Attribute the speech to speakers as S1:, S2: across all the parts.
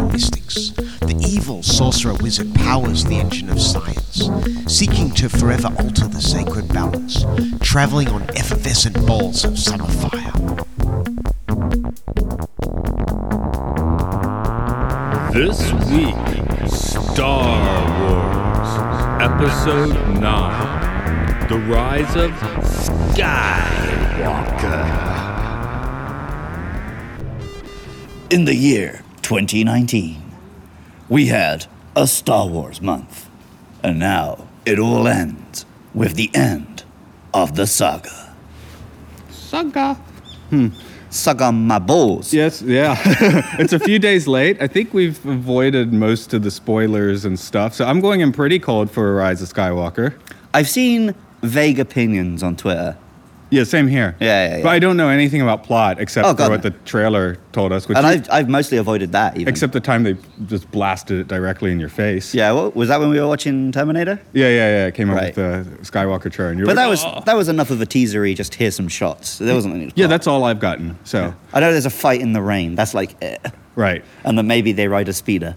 S1: of mystics, the evil sorcerer wizard powers the engine of science, seeking to forever alter the sacred balance, traveling on effervescent balls of summer fire.
S2: This week, Star Wars, Episode 9, The Rise of Skywalker.
S3: In the year 2019, we had a Star Wars month. And now it all ends with the end of the saga. Hmm.
S4: Saga.
S3: Saga Mabos.
S4: Yes, yeah. it's a few days late. I think we've avoided most of the spoilers and stuff. So I'm going in pretty cold for Rise of Skywalker.
S3: I've seen vague opinions on Twitter.
S4: Yeah, same here.
S3: Yeah, yeah, yeah.
S4: But I don't know anything about plot except
S3: Oh,
S4: for
S3: God,
S4: what
S3: no.
S4: the trailer told us, which
S3: And I've, I've mostly avoided that even.
S4: except the time they just blasted it directly in your face.
S3: Yeah, what, was that when we were watching Terminator?
S4: Yeah, yeah, yeah. It came up
S3: Right.
S4: with the Skywalker trailer. And you're
S3: But
S4: like,
S3: that was
S4: "Oh."
S3: that was enough of a teasery, just here's some shots. There wasn't any.
S4: Yeah, that's all I've gotten. So,
S3: I know there's a fight in the rain. That's like eh.
S4: right.
S3: And then maybe they ride a speeder.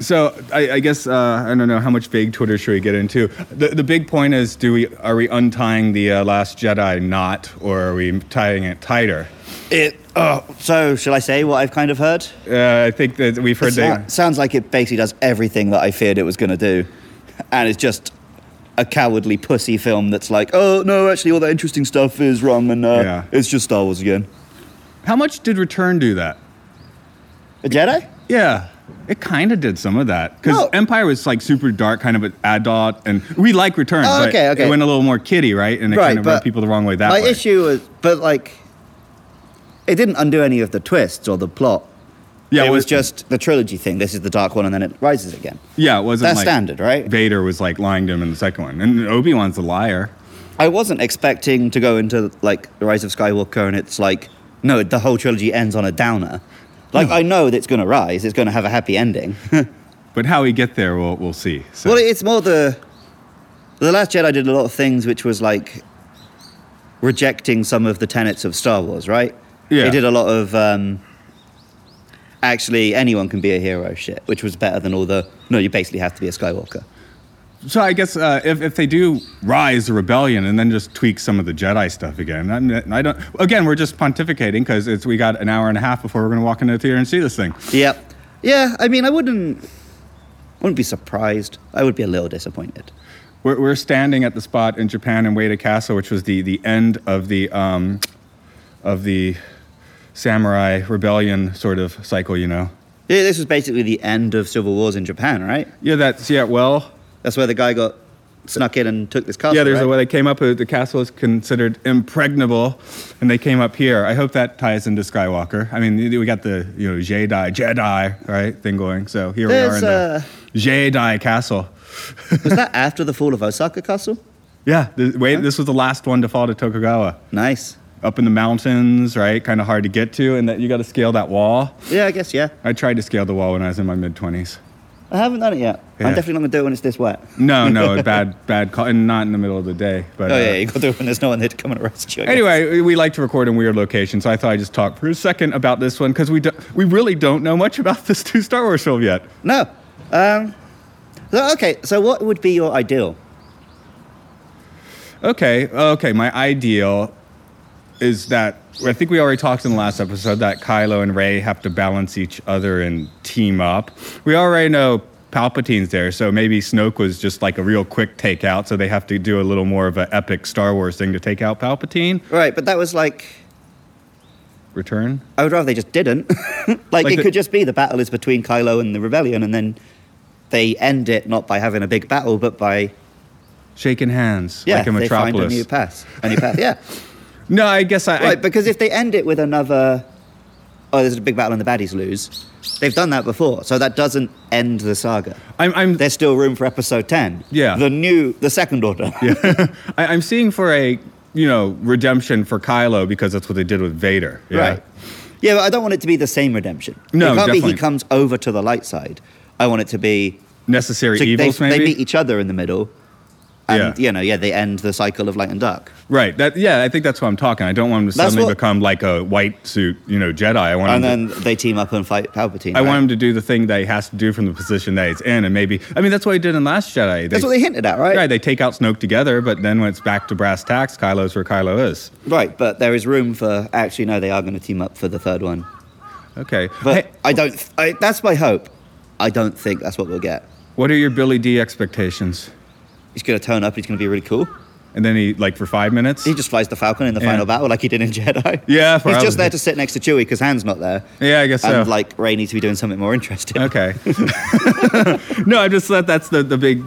S4: So I, I guess uh, I don't know how much vague Twitter should we get into. The, the big point is, do we are we untying the uh, Last Jedi knot, or are we tying it tighter?
S3: It. Oh, so shall I say what I've kind of heard?
S4: Uh, I think that we've heard
S3: It's
S4: they.
S3: not- sounds like it basically does everything that I feared it was going to do, and it's just a cowardly pussy film that's like, oh no, actually all that interesting stuff is wrong, and uh,
S4: Yeah.
S3: it's just Star Wars again.
S4: How much did Return do that?
S3: A Jedi?
S4: Yeah, it kind of did some of that because
S3: No.
S4: Empire was like super dark, kind of an adult, and we like Return.
S3: Oh,
S4: but
S3: okay, okay.
S4: It went a little more kiddie, right? And it kind of rubbed people the wrong way that
S3: my
S4: way.
S3: issue was, but like, it didn't undo any of the twists or the plot.
S4: yeah,
S3: it was
S4: wa-
S3: just the trilogy thing. This is the Dark One, and then it rises again.
S4: yeah, it wasn't
S3: that's
S4: like
S3: standard, right?
S4: Vader was like lying to him in the second one, and Obi Wan's a liar.
S3: I wasn't expecting to go into like the Rise of Skywalker, and it's like, no, the whole trilogy ends on a downer. Like I know that it's going to rise, it's going to have a happy ending.
S4: But how we get there, we'll we'll see. So.
S3: Well, it's more the the Last Jedi did a lot of things which was like rejecting some of the tenets of Star Wars, right?
S4: Yeah.
S3: It did a lot of um, actually anyone can be a hero shit, which was better than all the no, you basically have to be a Skywalker.
S4: So I guess uh, if, if they do rise the rebellion and then just tweak some of the Jedi stuff again, I, I don't. Again, we're just pontificating because it's we got an hour and a half before we're going to walk into the theater and see this thing.
S3: Yep. Yeah, I mean, I wouldn't wouldn't be surprised. I would be a little disappointed.
S4: We're, we're standing at the spot in Japan in Wada Castle, which was the, the end of the um, of the samurai rebellion sort of cycle. You know.
S3: Yeah, this was basically the end of civil wars in Japan, right?
S4: Yeah, that's yeah. Well,
S3: That's where the guy got snuck in and took this castle.
S4: yeah. There's
S3: right?
S4: a way they came up. uh, The castle is considered impregnable, and they came up here. I hope that ties into Skywalker. I mean, we got the you know Jedi Jedi right thing going. So here
S3: There's, uh,
S4: we are in the Jedi Castle.
S3: Was that after the fall of Osaka Castle?
S4: Yeah. The, wait, this was the last one to fall to Tokugawa.
S3: Nice.
S4: Up in the mountains, right? Kind of hard to get to, and that you got to scale that wall.
S3: Yeah, I guess yeah.
S4: I tried to scale the wall when I was in my mid twenties.
S3: I haven't done it yet.
S4: Yeah.
S3: I'm definitely not gonna do it when it's this wet.
S4: No, no, a bad, bad call, and not in the middle of the day. But
S3: Oh
S4: uh,
S3: yeah, you gotta do it when there's no one there to come and arrest you. I guess.
S4: anyway, we- we like to record in weird locations, so I thought I'd just talk for a second about this one because we do, we really don't know much about this two Star Wars film yet.
S3: No. Um. so- okay. So what would be your ideal?
S4: Okay, okay, my ideal is that I think we already talked in the last episode that Kylo and Rey have to balance each other and team up. We already know Palpatine's there, so maybe Snoke was just like a real quick takeout, so they have to do a little more of an epic Star Wars thing to take out Palpatine.
S3: Right, but that was like.
S4: Return?
S3: I would rather they just didn't. like,
S4: Like
S3: it
S4: the-
S3: could just be the battle is between Kylo and the rebellion, and then they end it not by having a big battle, but by
S4: Shaking hands,
S3: yeah,
S4: like in
S3: they find a
S4: Metropolis.
S3: new pass, a new path. Yeah,
S4: no, I guess I. I
S3: right. Because if they end it with another oh, there's a big battle and the baddies lose. They've done that before, so that doesn't end the saga.
S4: I'm, I'm
S3: There's still room for episode 10.
S4: Yeah.
S3: The new, the second order.
S4: I, I'm seeing for a you know redemption for Kylo because that's what they did with Vader. Yeah.
S3: Right. Yeah, but I don't want it to be the same redemption.
S4: No,
S3: it can't be
S4: definitely.
S3: he comes over to the light side. I want it to be
S4: Necessary
S3: so they,
S4: evils,
S3: they
S4: maybe.
S3: meet each other in the middle, and
S4: Yeah.
S3: you know, yeah, they end the cycle of light and dark.
S4: Right. That. Yeah. I think that's what I'm talking. I don't want him to
S3: That's
S4: suddenly
S3: what-
S4: become like a white suit, you know, Jedi. I want.
S3: And
S4: him to-
S3: then they team up and fight Palpatine.
S4: I
S3: right?
S4: want him to do the thing that he has to do from the position that he's in, and maybe. I mean, that's what he did in Last Jedi.
S3: That's what they hinted at, right?
S4: Right. They take out Snoke together, but then when it's back to brass tacks, Kylo's where Kylo is.
S3: Right, but there is room for actually no, they are going to team up for the third one.
S4: Okay.
S3: But
S4: Hey,
S3: I don't. th- I, that's my hope. I don't think that's what we'll get.
S4: what are your Billy D expectations?
S3: He's going to turn up. He's going to be really cool.
S4: And then he like for five minutes.
S3: He just flies the Falcon in the
S4: Yeah.
S3: final battle like he did in Jedi.
S4: Yeah,
S3: he's
S4: probably.
S3: just there to sit next to Chewie because Han's not there.
S4: Yeah, I guess
S3: and,
S4: so.
S3: like Ray needs to be doing something more interesting.
S4: Okay. no, I just thought that's the, the big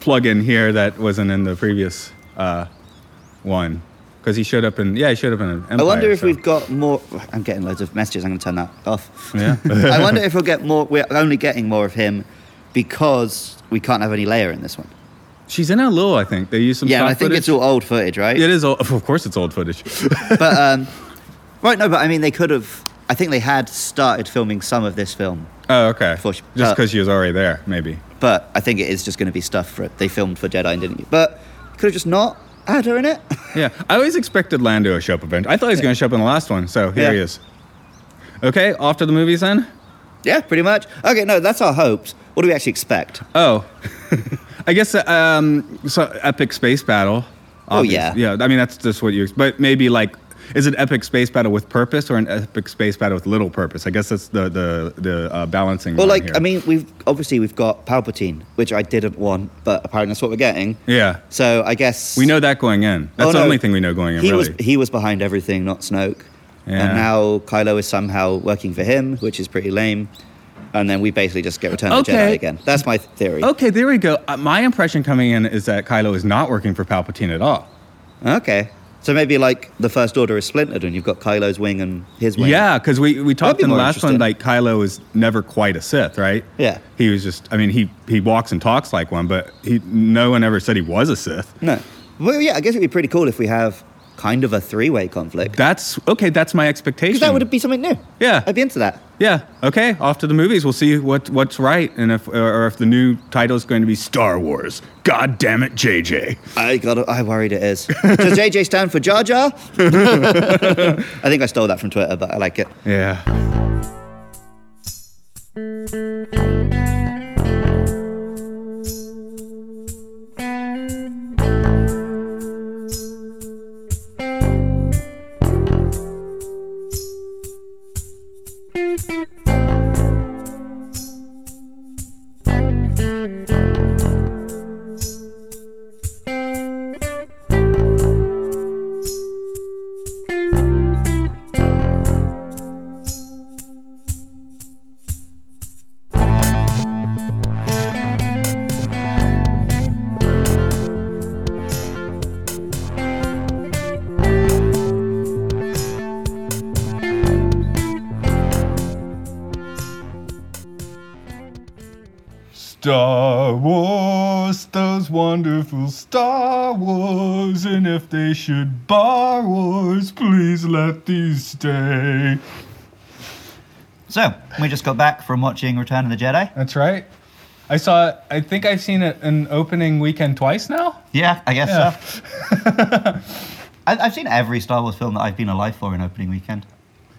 S4: plug in here that wasn't in the previous uh, one. Because he showed up in, yeah, he showed up in an Empire.
S3: I wonder if
S4: so-
S3: we've got more. I'm getting loads of messages. I'm going to turn that off.
S4: Yeah.
S3: I wonder if we'll get more. We're only getting more of him because we can't have any layer in this one.
S4: She's in a little, I think. They used some
S3: Yeah,
S4: stock
S3: and I think
S4: footage.
S3: it's all old footage, right?
S4: It is old. Of course, it's old footage.
S3: but um, right, no, but I mean, they could have. I think they had started filming some of this film,
S4: oh, okay.
S3: For sh-
S4: Just
S3: uh,
S4: because she was already there, maybe.
S3: but I think it is just going to be stuff for They filmed for Jedi, didn't you? But could have just not had her in it.
S4: Yeah, I always expected Lando to show up eventually. I thought he was going to show up in the last one, so here
S3: Yeah.
S4: he is. Okay, off to the movies then.
S3: yeah, pretty much. Okay, no, that's our hopes. What do we actually expect?
S4: Oh, I guess uh, um, so epic space battle.
S3: Oh, yeah.
S4: yeah. I mean that's just what you. But maybe like, is it epic space battle with purpose or an epic space battle with little purpose? I guess that's the the the uh, balancing.
S3: Well,
S4: line
S3: like
S4: here.
S3: I mean, we've obviously we've got Palpatine, which I didn't want, but apparently that's what we're getting.
S4: yeah,
S3: So I guess
S4: we know that going in. That's
S3: Oh,
S4: the
S3: no.
S4: only thing we know going in.
S3: he
S4: really.
S3: was he was behind everything, not Snoke.
S4: Yeah.
S3: And now Kylo is somehow working for him, which is pretty lame. And then we basically just get Return of the
S4: Okay.
S3: Jedi again. That's my theory.
S4: okay, there we go. Uh, my impression coming in is that Kylo is not working for Palpatine at all.
S3: Okay. So maybe like the First Order is splintered, and you've got Kylo's wing and his wing.
S4: Yeah, because we, we talked
S3: be
S4: in the
S3: more
S4: last one
S3: interesting.
S4: like Kylo was never quite a Sith, right?
S3: Yeah.
S4: He was just I mean he he walks and talks like one, but he no one ever said he was a Sith.
S3: No. Well, yeah. I guess it'd be pretty cool if we have kind of a three-way conflict.
S4: That's okay. That's my expectation.
S3: Because that would be something new.
S4: Yeah.
S3: I'd be into that.
S4: yeah. Okay. Off to the movies. We'll see what what's right and if or if the new title is going to be Star Wars. God damn it, JJ.
S3: I got. I worried it is. Does JJ stand for Jar Jar? I think I stole that from Twitter, but I like it.
S4: Yeah. Star Wars, those wonderful Star Wars, and if they should bar wars, please let these stay.
S3: So we just got back from watching Return of the Jedi.
S4: That's right. I saw. I think I've seen it an opening weekend twice now.
S3: Yeah, I guess
S4: Yeah.
S3: so. I, I've seen every Star Wars film that I've been alive for in opening weekend.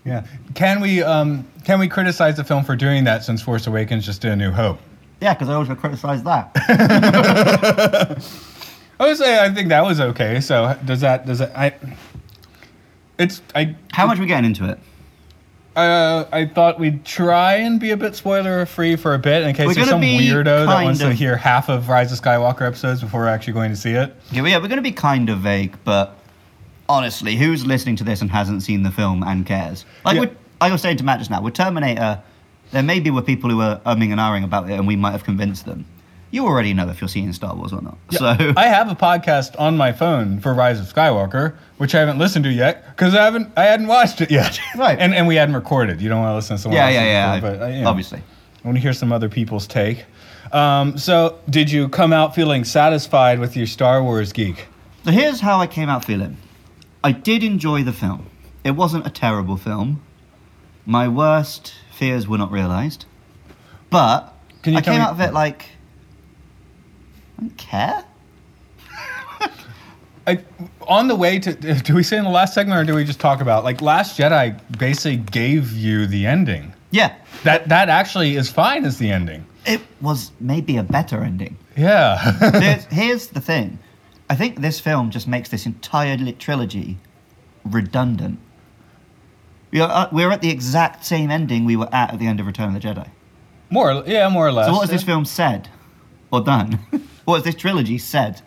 S4: Yeah. Can we um, can we criticize the film for doing that since Force Awakens just did A New Hope?
S3: Yeah, because I always get criticised that.
S4: I would say I think that was okay. So does that does that I? It's I
S3: How much are we getting into it?
S4: uh, I thought we'd try and be a bit spoiler free for a bit in case
S3: We're
S4: there's
S3: gonna
S4: some
S3: be
S4: weirdo that
S3: kind
S4: wants to
S3: of-
S4: hear half of Rise of Skywalker episodes before we're actually going to see it.
S3: Yeah, well, yeah, we're going to be kind of vague, but honestly, who's listening to this and hasn't seen the film and cares? Like,
S4: Yeah.
S3: we're, like I was saying to Matt just now, with Terminator, there maybe were people who were umming and ahhing about it, and we might have convinced them. you already know if you're seeing Star Wars or not. So
S4: I have a podcast on my phone for Rise of Skywalker, which I haven't listened to yet because I haven't I hadn't watched it yet.
S3: Right.
S4: and and we hadn't recorded. You don't want to listen to someone.
S3: Yeah,
S4: else's
S3: yeah, yeah,
S4: record, But uh, you know,
S3: obviously.
S4: I want to hear some other people's take. Um, so, did you come out feeling satisfied with your Star Wars geek?
S3: So here's how I came out feeling. I did enjoy the film. It wasn't a terrible film. My worst fears were not realised. But
S4: Can you
S3: I
S4: tell
S3: came
S4: me-
S3: out of it like I don't care.
S4: I, on the way to, do we say in the last segment or do we just talk about like Last Jedi basically gave you the ending?
S3: Yeah.
S4: That that actually is fine as the ending.
S3: It was maybe a better ending.
S4: Yeah.
S3: There's- here's the thing. I think this film just makes this entire li- trilogy redundant. We are, uh, we're at the exact same ending we were at at the end of Return of the Jedi.
S4: more, or- yeah, more or less.
S3: So what has this film said or done? what has this trilogy said?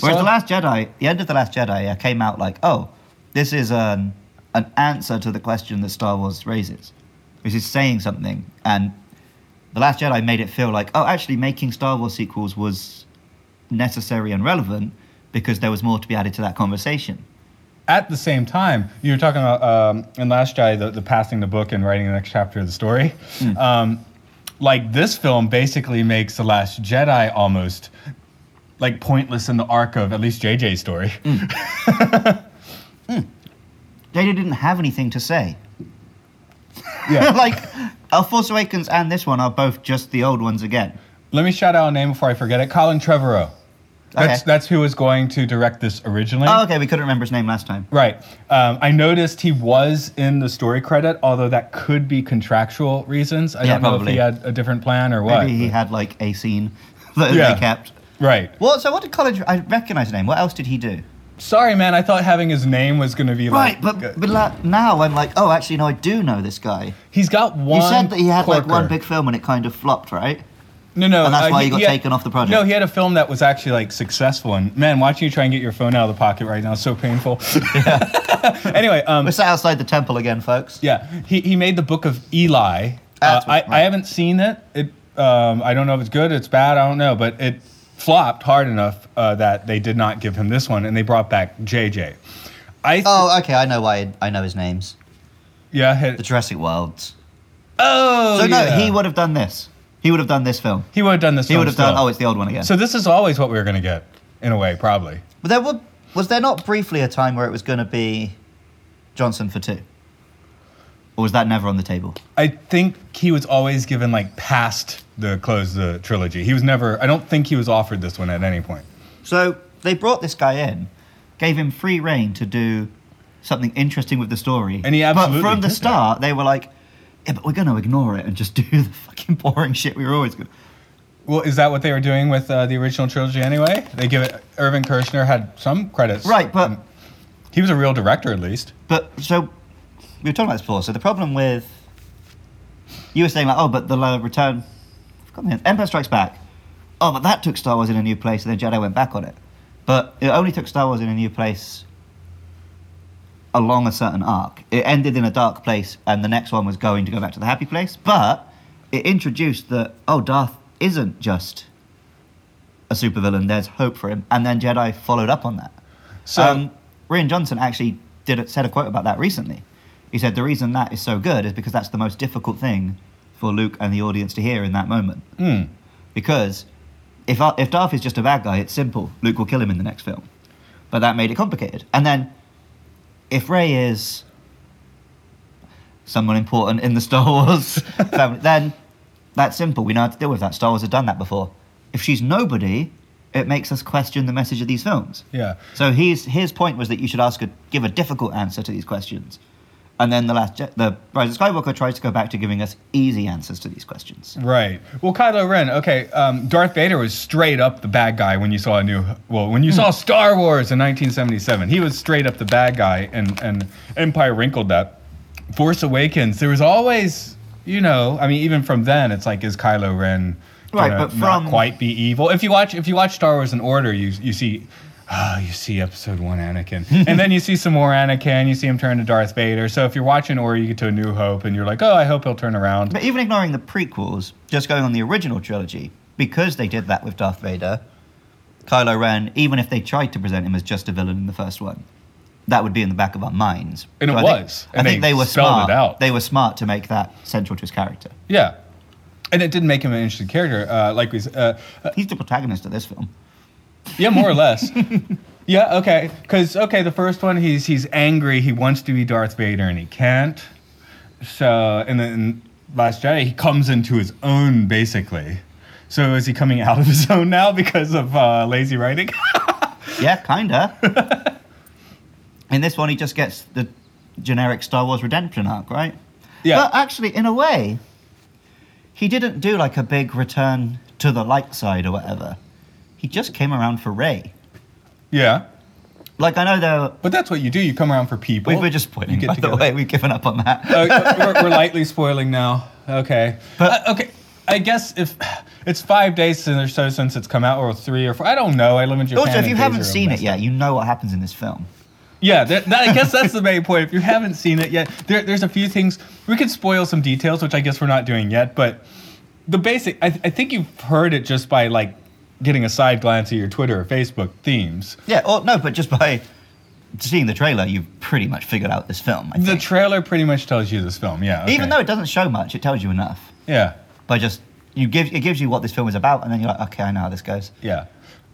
S3: Whereas
S4: saw-
S3: The Last Jedi, the end of The Last Jedi uh, came out like, oh, this is an, an answer to the question that Star Wars raises. This is saying something. And The Last Jedi made it feel like, oh, actually making Star Wars sequels was necessary and relevant because there was more to be added to that conversation.
S4: at the same time, you were talking about um, in Last Jedi the, the passing the book and writing the next chapter of the story.
S3: Hmm.
S4: Um, like this film basically makes the Last Jedi almost like pointless in the arc of at least JJ's story.
S3: Hmm. Jada didn't have anything to say.
S4: Yeah.
S3: like, A Force Awakens and this one are both just the old ones again.
S4: Let me shout out a name before I forget it. Colin Trevorrow.
S3: Okay.
S4: That's that's who was going to direct this originally.
S3: Oh, okay, we couldn't remember his name last time.
S4: Right. Um, I noticed he was in the story credit, although that could be contractual reasons. I
S3: Yeah,
S4: don't know if
S3: probably.
S4: he had a different plan or what.
S3: Maybe he had like a scene that
S4: Yeah.
S3: they kept.
S4: right.
S3: Well, so what did college? I recognize his name. What else did he do?
S4: Sorry, man. I thought having his name was going to be
S3: Right,
S4: like.
S3: but, but la- now I'm like, oh, actually, no, I do know this guy.
S4: he's got one.
S3: You said that he had like one
S4: corker.
S3: big film and it kind of flopped, right?
S4: No, no. uh,
S3: and that's why
S4: he-
S3: you got
S4: he had-
S3: taken off the project.
S4: No, he had a film that was actually like successful. And man, watching you try and get your phone out of the pocket right now is so painful. anyway, um,
S3: We're sat outside the temple again, folks.
S4: Yeah, he, he made the Book of Eli. Uh,
S3: That's
S4: I,
S3: what-
S4: I haven't seen it. It um, I don't know if it's good, it's bad. I don't know, but it flopped hard enough uh, that they did not give him this one, and they brought back JJ. I th-
S3: Oh, okay, I know why. I know his names.
S4: yeah.
S3: The
S4: Hit,
S3: Jurassic Worlds.
S4: oh,
S3: So no,
S4: yeah.
S3: he would have done this. He would have done this film.
S4: He would have done this.
S3: He
S4: film
S3: would have done.
S4: still.
S3: Oh, it's the old one again.
S4: So this is always what we were going to get, in a way, probably.
S3: but there was, was there not briefly a time where it was going to be Johnson for two, or was that never on the table?
S4: I think he was always given like past the close the trilogy. He was never. I don't think he was offered this one at any point.
S3: So they brought this guy in, gave him free reign to do something interesting with the story.
S4: And he absolutely
S3: But from the
S4: did that.
S3: start, they were like, "Yeah, but we're going to ignore it and just do the fucking boring shit we were always going." to
S4: Well, is that what they were doing with uh, the original trilogy anyway? They give it. Irvin Kershner had some credits.
S3: Right, but
S4: And he was a real director at least.
S3: but so we were talking about this before. So the problem with you were saying like, "Oh, but the uh, return, I forgot the name, Empire Strikes Back." Oh, but that took Star Wars in a new place, and then Jedi went back on it. But it only took Star Wars in a new place along a certain arc. It ended in a dark place, and the next one was going to go back to the happy place. But it introduced that oh, Darth isn't just a supervillain. There's hope for him, and then Jedi followed up on that.
S4: So
S3: um, Rian Johnson actually did a, said a quote about that recently. He said the reason that is so good is because that's the most difficult thing for Luke and the audience to hear in that moment. Because if Ar- if Darth is just a bad guy, it's simple. Luke will kill him in the next film, but that made it complicated. And then if Ray is someone important in the Star Wars family, then that's simple. We know how to deal with that. Star Wars have done that before. If she's nobody, it makes us question the message of these films.
S4: yeah,
S3: So his his point was that you should ask a give a difficult answer to these questions, and then the last Je- the Rise of Skywalker tries to go back to giving us easy answers to these questions.
S4: right. Well, Kylo Ren. Okay, um, Darth Vader was straight up the bad guy when you saw a new. Well, when you
S3: Hmm.
S4: saw Star Wars in 1977, he was straight up the bad guy, and and Empire wrinkled that. Force Awakens. There was always, you know, I mean, even from then, it's like, is Kylo Ren
S3: Right,
S4: gonna
S3: but
S4: not
S3: from-
S4: quite be evil? If you watch, if you watch Star Wars in order, you you see. ah, you see episode one Anakin. and then you see some more Anakin, you see him turn to Darth Vader. So if you're watching Order, you get to A New Hope and you're like, oh, I hope he'll turn around.
S3: But even ignoring the prequels, just going on the original trilogy, because they did that with Darth Vader, Kylo Ren, even if they tried to present him as just a villain in the first one, that would be in the back of our minds.
S4: And it
S3: I think-
S4: was,
S3: I
S4: and
S3: think
S4: they
S3: they were
S4: spelled it
S3: smart.
S4: out.
S3: They were smart to make that central to his character.
S4: Yeah. And it did make him an interesting character. Uh, like we, s- uh, uh,
S3: He's the protagonist of this film.
S4: yeah, more or less. yeah, okay. Because okay, the first one, he's he's angry. He wants to be Darth Vader, and he can't. So, and then Last Jedi, he comes into his own basically. So is he coming out of his own now because of uh, lazy writing?
S3: Yeah, kinda. in this one, he just gets the generic Star Wars redemption arc, right?
S4: Yeah.
S3: But actually, in a way, he didn't do like a big return to the light side or whatever. He just came around for Ray.
S4: yeah.
S3: Like I know though,
S4: But that's what you do. You come around for people.
S3: we were just pointing. By the way, we've given up on that.
S4: uh, we're, we're lightly spoiling now. Okay.
S3: But-
S4: Uh, okay. I guess if it's five days sin- or so since it's come out, or three or four, I don't know. I live in Japan.
S3: also, if
S4: and
S3: you
S4: days
S3: haven't
S4: are
S3: seen it
S4: messed
S3: yet,
S4: up.
S3: you know what happens in this film.
S4: yeah. That, that- I guess that's the main point. If you haven't seen it yet, there, there's a few things we could spoil some details, which I guess we're not doing yet. But the basic, I, I think you've heard it just by like getting a side glance at your Twitter or Facebook themes.
S3: Yeah, or no, but just by seeing the trailer, you've pretty much figured out this film. I
S4: The
S3: think.
S4: trailer pretty much tells you this film. Yeah. okay.
S3: Even though it doesn't show much, it tells you enough.
S4: Yeah.
S3: by just you give it gives you what this film is about, and then you're like, okay, I know how this goes.
S4: Yeah.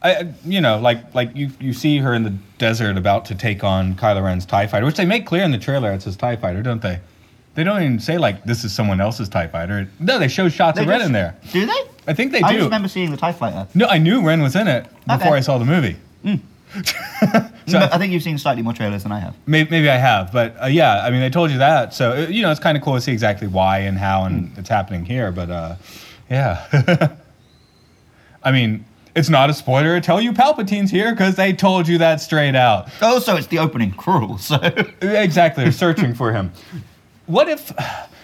S4: I, I- you know, like like you, you see her in the desert about to take on Kylo Ren's Tie Fighter, which they make clear in the trailer it's his Tie Fighter, don't they? They don't even say like this is someone else's Tie Fighter. No, they show shots
S3: They
S4: of Ren
S3: just-
S4: in there.
S3: Do they?
S4: I think they
S3: I
S4: do.
S3: just remember seeing the Tie Fighter.
S4: no, I knew Ren was in it before
S3: Okay.
S4: I saw the movie. So-
S3: But I think you've seen slightly more trailers than I have.
S4: Maybe, maybe I have, but uh, yeah, I mean, they told you that, so uh, you know, it's kind of cool to see exactly why and how and
S3: Hmm.
S4: it's happening here. But uh, yeah, I mean, it's not a spoiler to tell you Palpatine's here because they told you that straight out.
S3: Also, it's the opening crawl, so
S4: Exactly, they're searching for him. What if,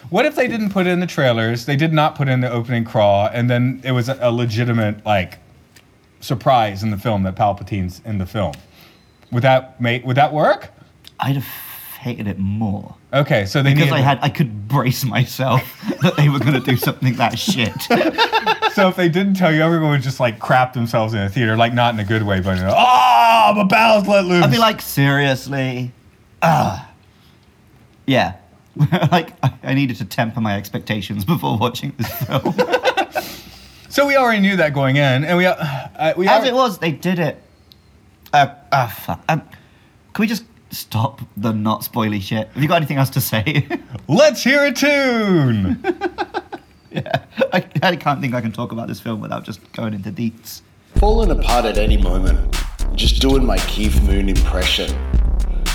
S4: what if they didn't put in the trailers? They did not put in the opening crawl, and then it was a, a legitimate like surprise in the film that Palpatine's in the film. Would that make? Would that work?
S3: I'd have hated it more
S4: Okay, so they
S3: because
S4: needed-
S3: I had I could brace myself that they were going to do something that shit.
S4: So if they didn't tell you, everyone would just like crap themselves in the theater, like not in a good way, but in a, oh, my bowels let loose.
S3: I'd be like, seriously, ah, yeah. like I- I needed to temper my expectations before watching this film.
S4: so we already knew that going in, and we uh, we
S3: As
S4: alre-
S3: it was, they did it. Uh, uh, fuck. Um, can we just stop the not spoily shit? Have you got anything else to say?
S4: let's hear a tune.
S3: I, I can't think I can talk about this film without just going into deets.
S5: Falling apart at any moment. Just doing my Keith Moon impression.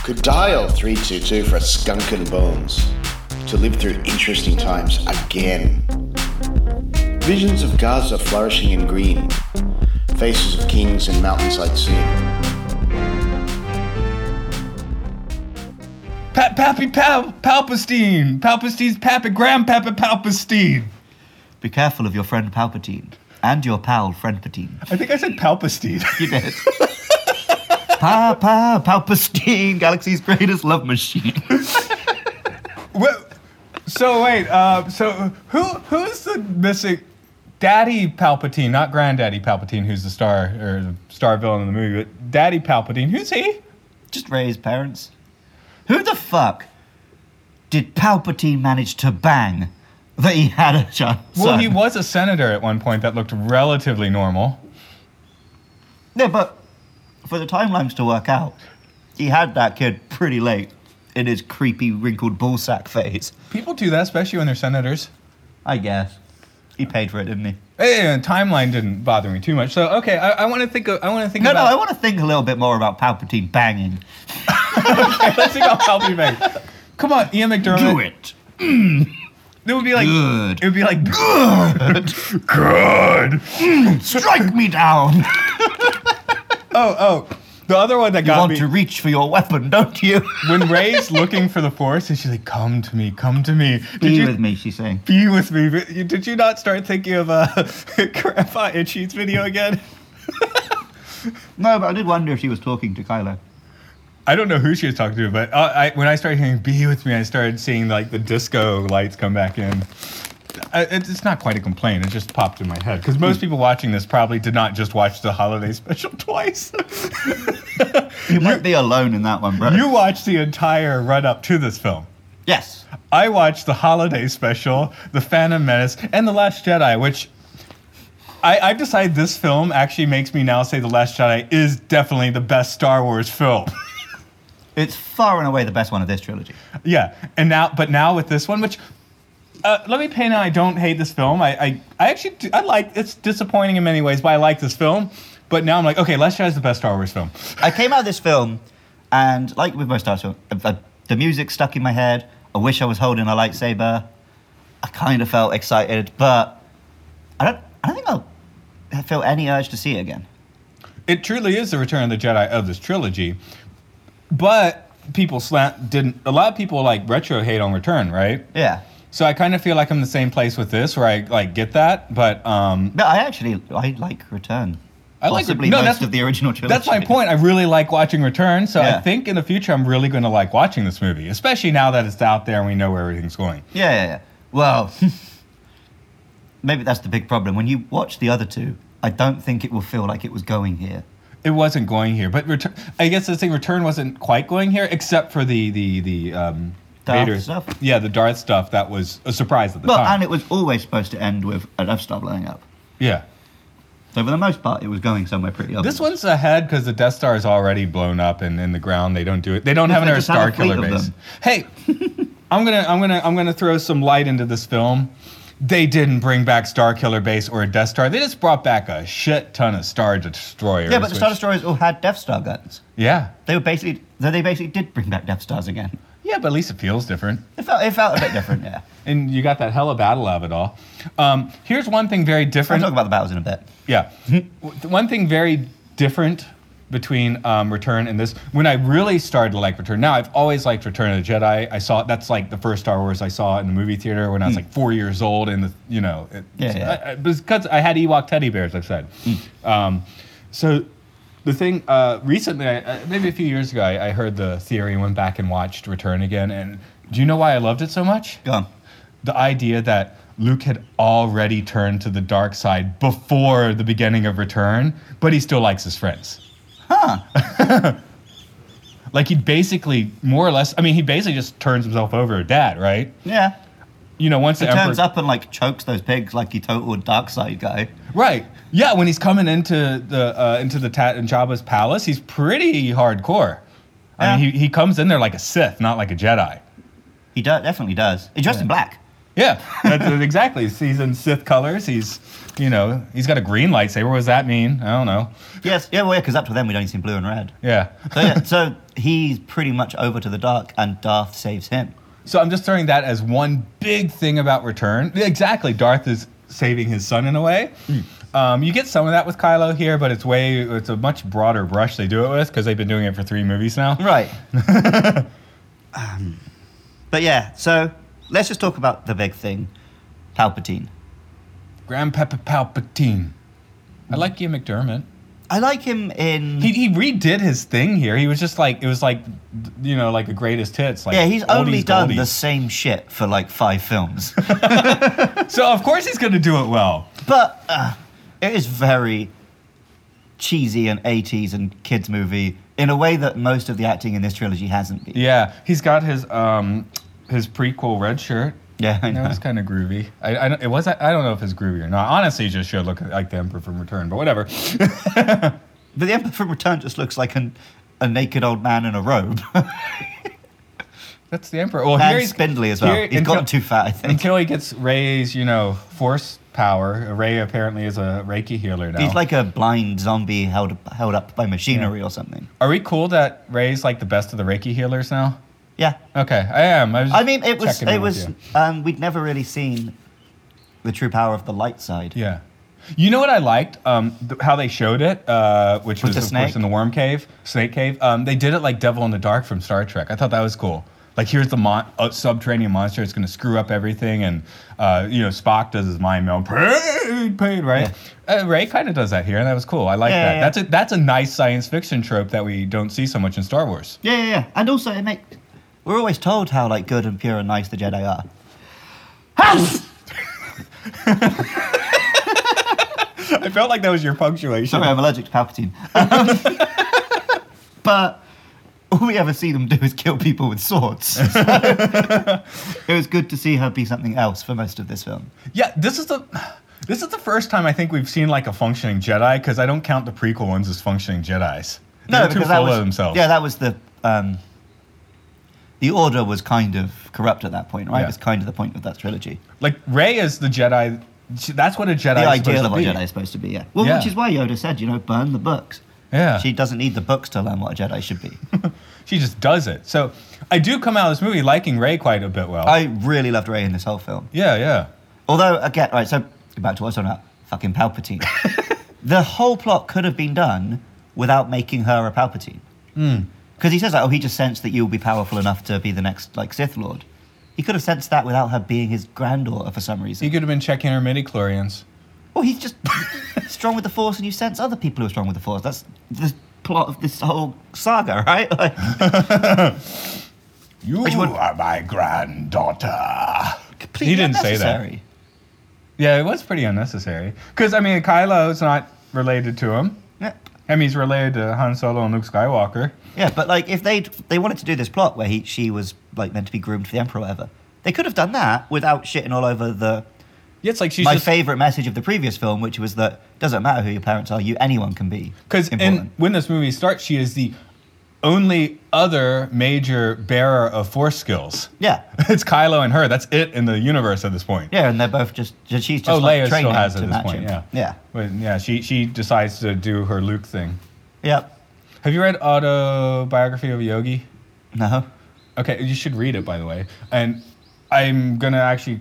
S5: Could dial 322 for a skunk and bones. To live through interesting times again. Visions of Gaza flourishing in green. Faces of kings and mountainside scene.
S4: Pap Pappy Pal Palpatine, Palpatine's Pappy Grandpappy Palpatine.
S3: Be careful of your friend Palpatine and your pal friend Patine.
S4: I think I said Palpatine.
S3: You did. Pa pa Palpatine, Galaxy's greatest love machine.
S4: Well, so wait, uh, so who who's the missing Daddy Palpatine, not Granddaddy Palpatine, who's the star or the star villain in the movie, but Daddy Palpatine, who's he?
S3: Just Ray's parents. Who the fuck did Palpatine manage to bang that he had a chance?
S4: Well, he was a senator at one point that looked relatively normal.
S3: Yeah, but for the timelines to work out, he had that kid pretty late in his creepy, wrinkled ballsack phase.
S4: People do that, especially when they're senators.
S3: I guess. He paid for it, didn't he?
S4: Eh, and timeline didn't bother me too much. So okay, I, I want to think. Of, I want to think
S3: No, no, I
S4: about.
S3: want to think a little bit more about Palpatine banging.
S4: let's think about Palpatine. Meg. Come on, Ian McDermott.
S3: it.
S4: It would be like.
S3: Good.
S4: It would be like good. good.
S3: Mm, Strike me down. You
S4: Oh, oh. The other one that got
S3: want
S4: me
S3: to reach for your weapon, don't you?
S4: when Ray's looking for the Force, and she's like, "Come to me, come to me." Did
S3: Be
S4: you
S3: with me, she's saying.
S4: be with me? But you- Did you not start thinking of uh, Grandpa Itchy's video again?
S3: No, but I did wonder if she was talking to Kylo.
S4: I don't know who she was talking to, but uh, I, when I started hearing "Be with me," I started seeing like the disco lights come back in. I, it's it's not quite a complaint. It just popped in my head because most people watching this probably did not just watch the holiday special twice.
S3: You might be alone in that one, bro.
S4: you watched the entire run up to this film.
S3: yes.
S4: I watched the holiday special, The Phantom Menace, and The Last Jedi, which I, I've decided this film actually makes me now say The Last Jedi is definitely the best Star Wars film.
S3: It's far and away the best one of this trilogy.
S4: yeah, and now, but now with this one, which uh, let me paint out, I don't hate this film. I, I, I actually, do, I like. It's disappointing in many ways, but I like this film. But now I'm like, okay, Last Jedi is the best Star Wars film.
S3: I came out of this film, and like with most Star Wars, films, uh, uh, the music stuck in my head. I wish I was holding a lightsaber. I kind of felt excited, but I don't. I don't think I'll I feel any urge to see it again.
S4: it truly is the return of the jedi of this trilogy but people slant didn't a lot of people like retro hate on return right
S3: Yeah,
S4: so i kind of feel like i'm in the same place with this where i like get that but um
S3: but I actually I like Return.
S4: I like
S3: Possibly
S4: Re- no,
S3: most
S4: that's-
S3: of the original trilogy.
S4: that's my point i really like watching return so i
S3: Yeah.
S4: think in the future i'm really going to like watching this movie especially now that it's out there and we know where everything's going
S3: Yeah, yeah, yeah. Well, maybe that's the big problem. When you watch the other two, I don't think it will feel like it was going here.
S4: it wasn't going here but return i guess the thing return wasn't quite going here except for the the the um
S3: Darth stuff?
S4: yeah the darth stuff that was a surprise at the
S3: Well,
S4: time
S3: and it was always supposed to end with a Death Star blowing up.
S4: yeah
S3: So for the most part, it was going somewhere pretty obvious.
S4: This one's ahead because the Death Star is already blown up and in the ground. They don't do it. They don't
S3: Yes,
S4: have
S3: they
S4: another
S3: just have a
S4: Star
S3: fleet
S4: Killer
S3: of
S4: base.
S3: them.
S4: Hey, I'm gonna, I'm gonna, I'm gonna throw some light into this film. They didn't bring back Star Killer Base or a Death Star. They just brought back a shit ton of Star Destroyers.
S3: yeah, but the Star
S4: which-
S3: Destroyers all had Death Star guns.
S4: Yeah,
S3: They were basically, so they basically did bring back Death Stars again.
S4: yeah, but at least it feels different.
S3: It felt, it felt a bit different, yeah.
S4: And you got that hella battle out of it all. Um, here's one thing very
S3: We'll
S4: different.
S3: talk about the battles in a bit.
S4: Yeah. W- One thing very different between um, Return and this, when I really started to like Return, now I've always liked Return of the Jedi. I saw that's like the first Star Wars I saw in the movie theater when I was like four years old, and the you know, it,
S3: Hmm. Yeah, yeah. Hmm.
S4: I- I- because I had Ewok teddy bears, I've said. Um, so the thing uh, recently, I, I- maybe a few years ago, I, I heard the theory and went back and watched Return again, and do you know why I loved it so much?
S3: Go on.
S4: the idea that Luke had already turned to the dark side before the beginning of Return, but he still likes his friends. Huh. like he basically, more or less, I mean, he basically just turns himself over to Dad, right?
S3: Yeah.
S4: You know, once
S3: He
S4: the Emperor,
S3: turns up and like chokes those pigs like he totaled Dark Side guy.
S4: right? Yeah, when he's coming into the uh, into the Ta- in Jabba's palace, he's pretty hardcore. I mean,
S3: Yeah.
S4: he, he comes in there like a Sith, not like a Jedi.
S3: He do- definitely does. He's dressed in black.
S4: Yeah, that's it, exactly. He's in Sith colors. He's, you know, he's got a green lightsaber. What does that mean? I don't know.
S3: Yes, yeah, well, yeah, because up to then we'd only seen blue and red.
S4: Yeah.
S3: So, yeah, so he's pretty much over to the dark, and Darth saves him.
S4: So I'm just throwing that as one big thing about Return. Exactly. Darth is saving his son in a way.
S3: Hmm.
S4: Um, you get some of that with Kylo here, but it's way, it's a much broader brush they do it with because they've been doing it for three movies now.
S3: Right. um, but yeah, so let's just talk about the big thing Palpatine.
S4: Grandpapa Palpatine. I like Ian McDermott.
S3: I like him in.
S4: He, he redid his thing here. He was just like, it was like, you know, like the greatest hits. Like
S3: yeah, he's
S4: oldies
S3: only done the
S4: goldies.
S3: same shit for like five films.
S4: So of course he's going to do it well.
S3: but uh, it is very cheesy and 80s and kids' movie in a way that most of the acting in this trilogy hasn't been.
S4: Yeah, he's got his um his prequel red shirt.
S3: Yeah, I
S4: That
S3: know.
S4: was kind of groovy. I, I don't- it was I don't know if it's groovy or not. Honestly, it just should look like the Emperor from Return, but whatever.
S3: But the Emperor from Return just looks like an, a naked old man in a robe.
S4: That's the Emperor. Well, here
S3: and
S4: he's
S3: spindly as well.
S4: here-
S3: He's gotten too fat, I think.
S4: Until he gets Ray's, you know, force power. Ray apparently is a Reiki healer now.
S3: He's like a blind zombie held held up by machinery or something.
S4: Are we cool that Ray's like the best of the Reiki healers now?
S3: Yeah.
S4: Okay, I am. I, was
S3: I mean, it was
S4: checking in
S3: it
S4: with
S3: was
S4: you.
S3: um, we'd never really seen the true power of the light side.
S4: Yeah. You know what I liked? Um, th- how they showed it, uh, which
S3: With
S4: was
S3: the
S4: of
S3: snake?
S4: course in the worm cave, snake cave. Um, they did it like Devil in the Dark from Star Trek. I thought that was cool. Like here's the mon- uh, subterranean monster. It's going to screw up everything, and uh, you know Spock does his mind meld. Pain, pain, right? Uh, Ray kind of does that here, and that was cool. I like
S3: Yeah,
S4: that.
S3: yeah,
S4: That's a that's a nice science fiction trope that we don't see so much in Star Wars.
S3: Yeah, yeah, yeah. And also it make we're always told how like good and pure and nice the Jedi are.
S4: I felt like that was your punctuation.
S3: Sorry, I'm allergic to Palpatine. but all we ever see them do is kill people with swords. So it was good to see her be something else for most of this film.
S4: Yeah, this is the this is the first time I think we've seen like a functioning Jedi because I don't count the prequel ones as functioning Jedi's. They're too full
S3: was
S4: of themselves.
S3: Yeah, that was the um, the order was kind of corrupt at that point, right?
S4: Yeah.
S3: It's kind of the point of that trilogy.
S4: like Rey is the Jedi. she- That's what a Jedi.
S3: the
S4: is
S3: ideal
S4: supposed
S3: of
S4: to
S3: what a
S4: be.
S3: Jedi is supposed to be, yeah. Well,
S4: Yeah.
S3: which is why Yoda said, you know, burn the books.
S4: Yeah.
S3: She doesn't need the books to learn what a Jedi should be.
S4: She just does it. So I do come out of this movie liking Ray quite a bit well.
S3: I really loved Ray in this whole film.
S4: yeah, yeah.
S3: Although, again, right, so back to what I was talking about fucking Palpatine. the whole plot could have been done without making her a Palpatine.
S4: Hmm.
S3: Because he says, like, oh, he just sensed that you'll be powerful enough to be the next, like, Sith Lord. He could have sensed that without her being his granddaughter for some
S4: He
S3: reason.
S4: could have been checking her midi chlorians.
S3: Or he's just strong with the Force and you sense other people who are strong with the Force. That's the plot of this whole saga, right? Like,
S4: You are my granddaughter.
S3: completely
S4: He didn't say that.
S3: unnecessary.
S4: Yeah, it was pretty unnecessary. Because I mean, Kylo's not related to him.
S3: Yeah.
S4: I mean, he's related to Han Solo and Luke Skywalker.
S3: Yeah, but like if they they wanted to do this plot where he she was like meant to be groomed for the emperor, or whatever, they could have done that without shitting all over the
S4: Yeah, it's like she's
S3: my
S4: just
S3: favorite message of the previous film, which was that doesn't matter who your parents are, you anyone can be.
S4: Because
S3: important.
S4: when this movie starts, she is the only other major bearer of force skills.
S3: yeah,
S4: It's Kylo and her. That's it in the universe at this point.
S3: yeah, and they're both just just- she's just
S4: oh,
S3: like,
S4: Leia
S3: training
S4: still has it
S3: to
S4: at this
S3: match
S4: point.
S3: him.
S4: Yeah.
S3: yeah,
S4: But yeah, she she decides to do her Luke thing.
S3: Yep.
S4: Have you read Autobiography of a Yogi?
S3: No,
S4: Okay, you should read it, by the way. And I'm gonna actually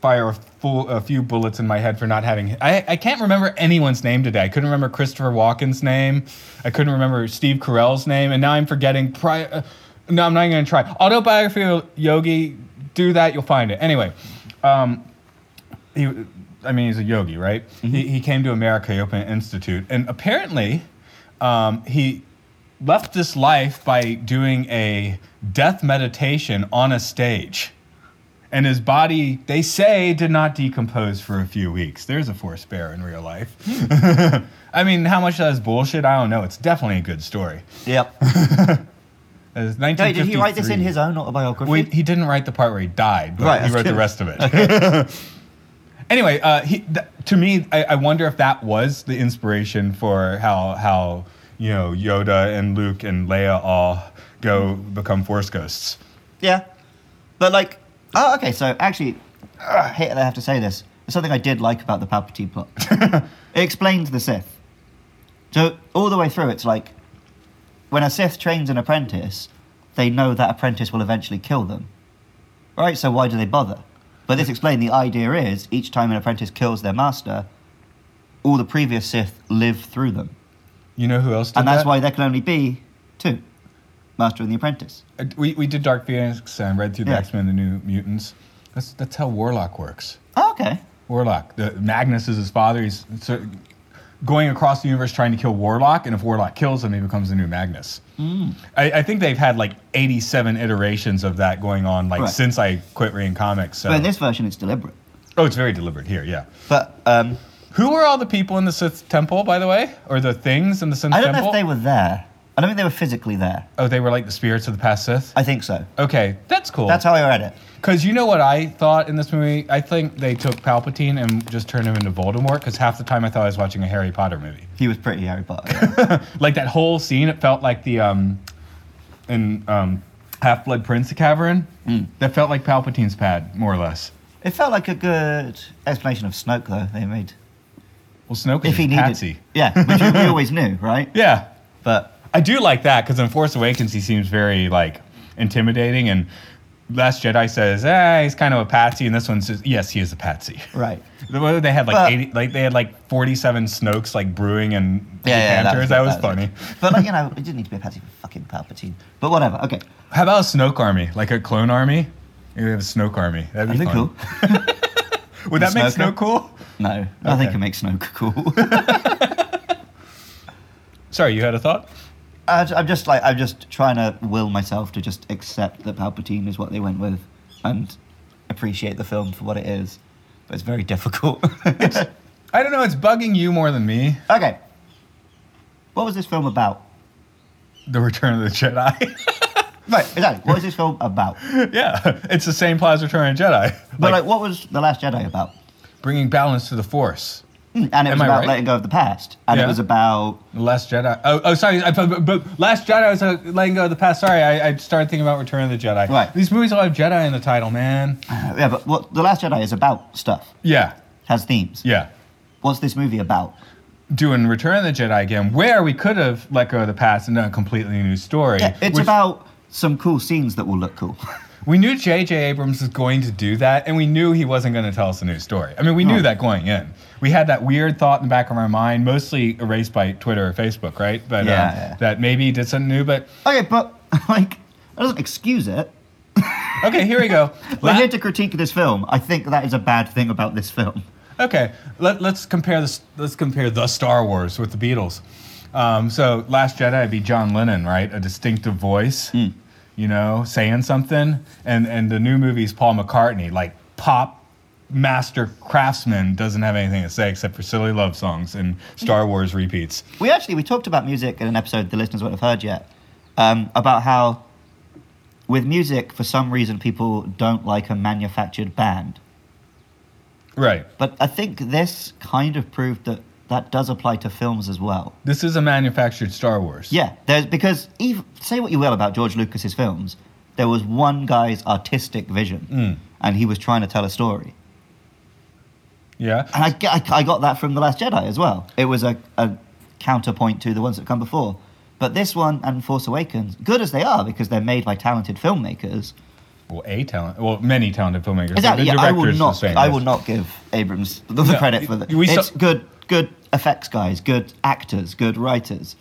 S4: fire a, full, a few bullets in my head for not having. I, I can't remember anyone's name today. I couldn't remember Christopher Walken's name. I couldn't remember Steve Carell's name, and now I'm forgetting. Prior, uh, no, I'm not even gonna try. Autobiography of Yogi. Do that, you'll find it. Anyway, um, he, I mean, he's a yogi, right? He, he came to America, he opened an institute, and apparently, um, he left this life by doing a death meditation on a stage. And his body, they say, did not decompose for a few weeks. There's a force bear in real life.
S3: Hmm.
S4: I mean, how much of that is bullshit? I don't know. It's definitely a good story.
S3: yep.
S4: It's
S3: No, did he write this in
S4: 1953.
S3: his own autobiography?
S4: Wait, he didn't write the part where he died, but
S3: Right,
S4: he wrote the
S3: okay.
S4: rest of it. anyway, uh, he, th- to me, I, I wonder if that was the inspiration for how how you know Yoda and Luke and Leia all go become Force ghosts.
S3: Yeah. But like, oh, okay. So actually, ugh, I hate that I have to say this. There's something I did like about the Palpatine plot. it explains the Sith. So all the way through, it's like when a Sith trains an apprentice, they know that apprentice will eventually kill them. Right. So why do they bother? But this explained the idea is each time an apprentice kills their master, all the previous Sith live through them,
S4: You know who else? Did
S3: and that's
S4: that?
S3: why there can only be two, master and the apprentice.
S4: Uh, we we did Dark Phoenix and read through the
S3: Yeah.
S4: X Men, the New Mutants. That's that's how Warlock works.
S3: Oh, okay.
S4: Warlock. The, Magnus is his father. He's so, going across the universe trying to kill Warlock, and if Warlock kills him, he becomes the new Magnus.
S3: Mm.
S4: I, I think they've had like 87 iterations of that going on, like
S3: Right.
S4: since I quit reading comics. So.
S3: But in this version, it's deliberate.
S4: oh, it's very deliberate here. Yeah.
S3: But um,
S4: Who were all the people in the Sith Temple, by the way, or the things in the Sith
S3: I don't know
S4: Temple?
S3: if they were there. I don't think they were physically there.
S4: oh, they were like the spirits of the past Sith.
S3: I think so.
S4: okay, that's cool.
S3: That's how I read it.
S4: Because you know what I thought in this movie? I think they took Palpatine and just turned him into Voldemort. Because half the time I thought I was watching a Harry Potter movie.
S3: He was pretty Harry Potter.
S4: like that whole scene it felt like the um in um half blood prince the cavern
S3: Mm.
S4: that felt like palpatine's pad more or less
S3: it felt like a good explanation of Snoke, though. They made
S4: well snoke
S3: if he needed,
S4: patsy
S3: yeah, which we always knew, right?
S4: yeah
S3: But
S4: i do like that because in force awakens he seems very like intimidating and last jedi says ah he's kind of a patsy and this one says yes he is a patsy
S3: right,
S4: The way they had like
S3: But-
S4: 80 like they had like 47 snokes like brewing and Panthers. that, was funny
S3: But like you know, it didn't need to be a patsy for fucking Palpatine. But whatever. Okay,
S4: how about a snoke army like a clone army Maybe we have a snoke army that'd be
S3: That'd be
S4: fun.
S3: cool.
S4: would that
S3: The
S4: make
S3: Snoker?
S4: snoke cool
S3: No, nothing
S4: Okay.
S3: can make Snoke cool.
S4: Sorry, you had a thought?
S3: I ju- I'm just like I'm just trying to will myself to just accept that Palpatine is what they went with, and appreciate the film for what it is, but it's very difficult.
S4: I don't know. It's bugging you more than me.
S3: okay. What was this film about?
S4: The Return of the Jedi.
S3: Right, exactly. What is this film about?
S4: yeah, it's the same plot as Return of the Jedi.
S3: But
S4: Like,
S3: like, what was The Last Jedi about?
S4: bringing balance to the Force.
S3: Mm, And it was
S4: Hmm. I
S3: about
S4: right?
S3: letting go of the past. And it
S4: Yeah.
S3: was about
S4: The Last Jedi. Oh, oh, sorry. I, but, but Last Jedi was uh, letting go of the past. Sorry, I, I started thinking about Return of the Jedi.
S3: Right.
S4: These movies all have Jedi in the title, man.
S3: yeah, but what The Last Jedi is about stuff.
S4: Yeah,
S3: Has themes.
S4: yeah.
S3: What's this movie about?
S4: Doing Return of the Jedi again, where we could have let go of the past and done a completely new story.
S3: Yeah, it's
S4: which-
S3: about some cool scenes that will look cool.
S4: We knew J.J. Abrams was going to do that, and we knew he wasn't going to tell us a new story. I mean, we knew that going in. We had that weird thought in the back of our mind, mostly erased by Twitter or Facebook, right? But
S3: Yeah,
S4: um,
S3: yeah.
S4: that maybe he did something new. But
S3: okay, but like that doesn't excuse it.
S4: okay, here we go.
S3: We're
S4: La-
S3: here to critique this film. I think that is a bad thing about this film.
S4: Okay, let, let's compare this. Let's compare the Star Wars with the Beatles. Um, so, Last Jedi would be John Lennon, right? A distinctive voice,
S3: Hmm.
S4: you know, saying something. And and the new movie is Paul McCartney, like pop master craftsman, doesn't have anything to say except for silly love songs and Star Wars repeats.
S3: We actually we talked about music in an episode the listeners won't have heard yet um, about how with music for some reason people don't like a manufactured band.
S4: Right.
S3: But I think this kind of proved that that does apply to films as well.
S4: This is a manufactured Star Wars.
S3: Yeah, there's because ev say what you will about George Lucas's films, there was one guy's artistic vision, and he was trying to tell a story.
S4: Yeah.
S3: And I, I, I got that from The Last Jedi as well. It was a, a counterpoint to the ones that come before. But this one and Force Awakens, good as they are because they're made by talented filmmakers.
S4: Well, a talent. Well, many talented filmmakers.
S3: Exactly.
S4: The
S3: Yeah, I
S4: director
S3: will
S4: is the
S3: not.
S4: same.
S3: I will not give Abrams the, the
S4: No,
S3: credit for that.
S4: we saw-
S3: it's good, good effects guys, good actors, good writers.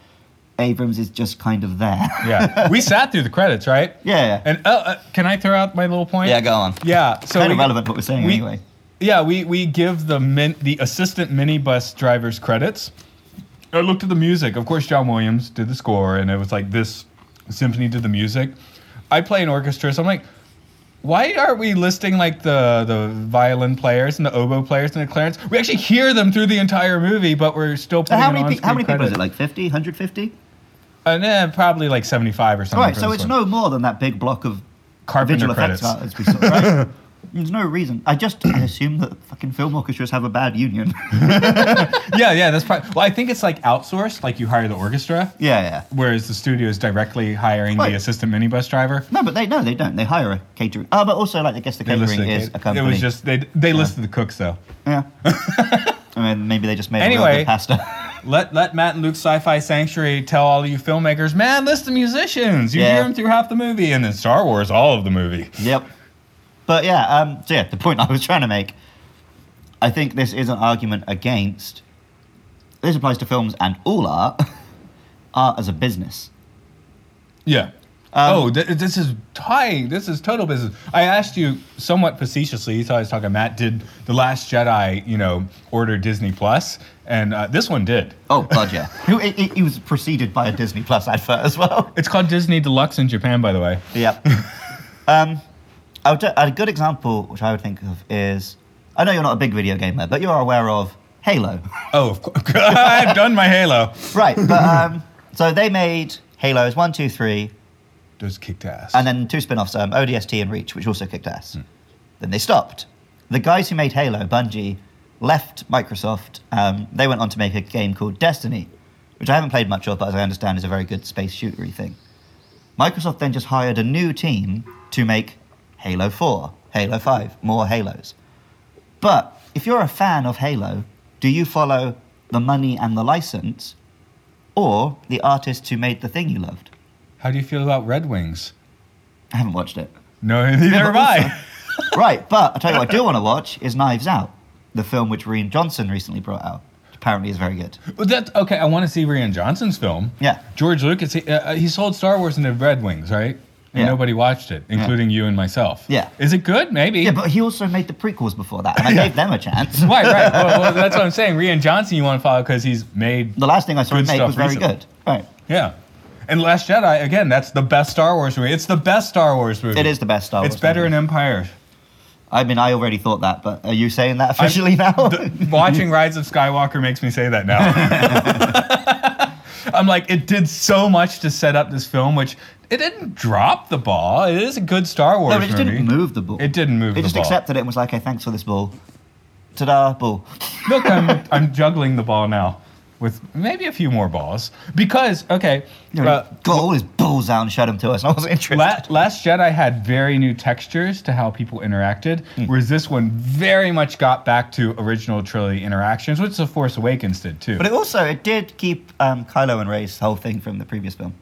S3: Abrams is just kind of there.
S4: Yeah. we sat through the credits, right?
S3: Yeah.
S4: And oh, uh, can I throw out my little point?
S3: Yeah, go on.
S4: Yeah. So
S3: kind of
S4: we-
S3: relevant what we're saying
S4: we-
S3: anyway.
S4: Yeah, we, we give the min, the assistant minibus drivers credits. I looked at the music. Of course, John Williams did the score, and it was like this symphony did the music. I play an orchestra, so I'm like, why aren't we listing like the the violin players and the oboe players and the clarence? We actually hear them through the entire movie, but we're still
S3: So
S4: putting
S3: how
S4: an
S3: many pe-
S4: on-screen
S3: how many people is
S4: credit.
S3: it? Like 50, 150?
S4: And then probably like 75 or something.
S3: All right,
S4: for
S3: so
S4: this
S3: it's
S4: one.
S3: no more than that big block of
S4: Carpenter
S3: visual effects
S4: credits.
S3: artists we saw, right? There's no reason. I just I assume that fucking film orchestras have a bad union. yeah,
S4: Yeah, yeah, that's probably. Well, I think it's like outsourced, like you hire the orchestra.
S3: yeah.
S4: Whereas the studio is directly hiring
S3: Right.
S4: the assistant minibus driver.
S3: No, but they no, they don't. They hire a catering. Oh, but also like I guess the
S4: They
S3: catering
S4: listed
S3: is
S4: it.
S3: a company.
S4: It was just they they listed the cooks though.
S3: yeah. I mean, maybe they just made a real
S4: Anyway.
S3: good pasta.
S4: Let let Matt and Luke Sci-Fi Sanctuary tell all you filmmakers, man, list the musicians. You
S3: Yeah.
S4: hear them through half the movie, and then Star Wars, all of the movie.
S3: yep. But yeah, um, so yeah, the point I was trying to make. I think this is an argument against. This applies to films and all art. art as a business.
S4: Yeah. oh, th- this is tying. This is total business. I asked you somewhat facetiously. You thought I was talking. Matt did the Last Jedi, you know, order Disney Plus, and uh, this one did.
S3: Oh God, yeah. Who- it, it, it was preceded by a Disney Plus advert as well.
S4: It's called Disney Deluxe in Japan, by the way.
S3: yep. Um, I would, a good example which I would think of is, I know you're not a big video gamer, but you are aware of Halo,
S4: Oh, of course. I've done my Halo.
S3: right? But um, so they made Halos one, two, three,
S4: Those kicked ass.
S3: and then two spin-offs, um, ODST and Reach, which also kicked ass. Then they stopped. The guys who made Halo, Bungie, left Microsoft. Um, they went on to make a game called Destiny, which I haven't played much of, but as I understand is a very good space shootery thing. Microsoft then just hired a new team to make Halo 4, Halo 5, more Halos. But if you're a fan of Halo, do you follow the money and the license or the artist who made the thing you loved?
S4: How do you feel about Red Wings?
S3: I haven't watched it.
S4: No, neither
S3: Yeah,
S4: have
S3: but
S4: I.
S3: right, but I tell you what I do want to watch is Knives Out, the film which Rian Johnson recently brought out. which Apparently is very good.
S4: Well, that, okay, I want to see Rian Johnson's film.
S3: Yeah.
S4: George Lucas, he, uh, he sold Star Wars into Red Wings, right? And
S3: Yeah.
S4: nobody watched it, including you and myself.
S3: Yeah.
S4: Is it good? Maybe.
S3: Yeah, but he also made the prequels before that, and I gave them a chance.
S4: right, right. Well, well, that's what I'm saying. Rian Johnson, you want to follow because he's made.
S3: The last thing I saw him
S4: Good
S3: make
S4: stuff
S3: was very
S4: recently.
S3: good. Right.
S4: Yeah. And Last Jedi, again, that's the best Star Wars movie. It's the best Star Wars movie.
S3: It is the best Star Wars
S4: It's better
S3: movie.
S4: than Empire.
S3: I mean, I already thought that, but are you saying that officially now?
S4: Watching Rise of Skywalker makes me say that now. I'm like, it did so much to set up this film, which it didn't drop the ball. It is a good Star Wars
S3: no, but it just
S4: movie.
S3: didn't move the ball.
S4: It didn't move
S3: It
S4: the
S3: just
S4: ball.
S3: accepted it and was like, "Okay, thanks for this ball." Ta-da, ball.
S4: Look, I'm, I'm juggling the ball now with maybe a few more balls because okay, uh,
S3: Got all his balls out and showed them to us, and I wasn't interested.
S4: La- Last Jedi had very new textures to how people interacted,
S3: Hmm.
S4: whereas this one very much got back to original trilogy interactions, which The Force Awakens did too.
S3: But it also it did keep um, Kylo and Ray's whole thing from the previous film,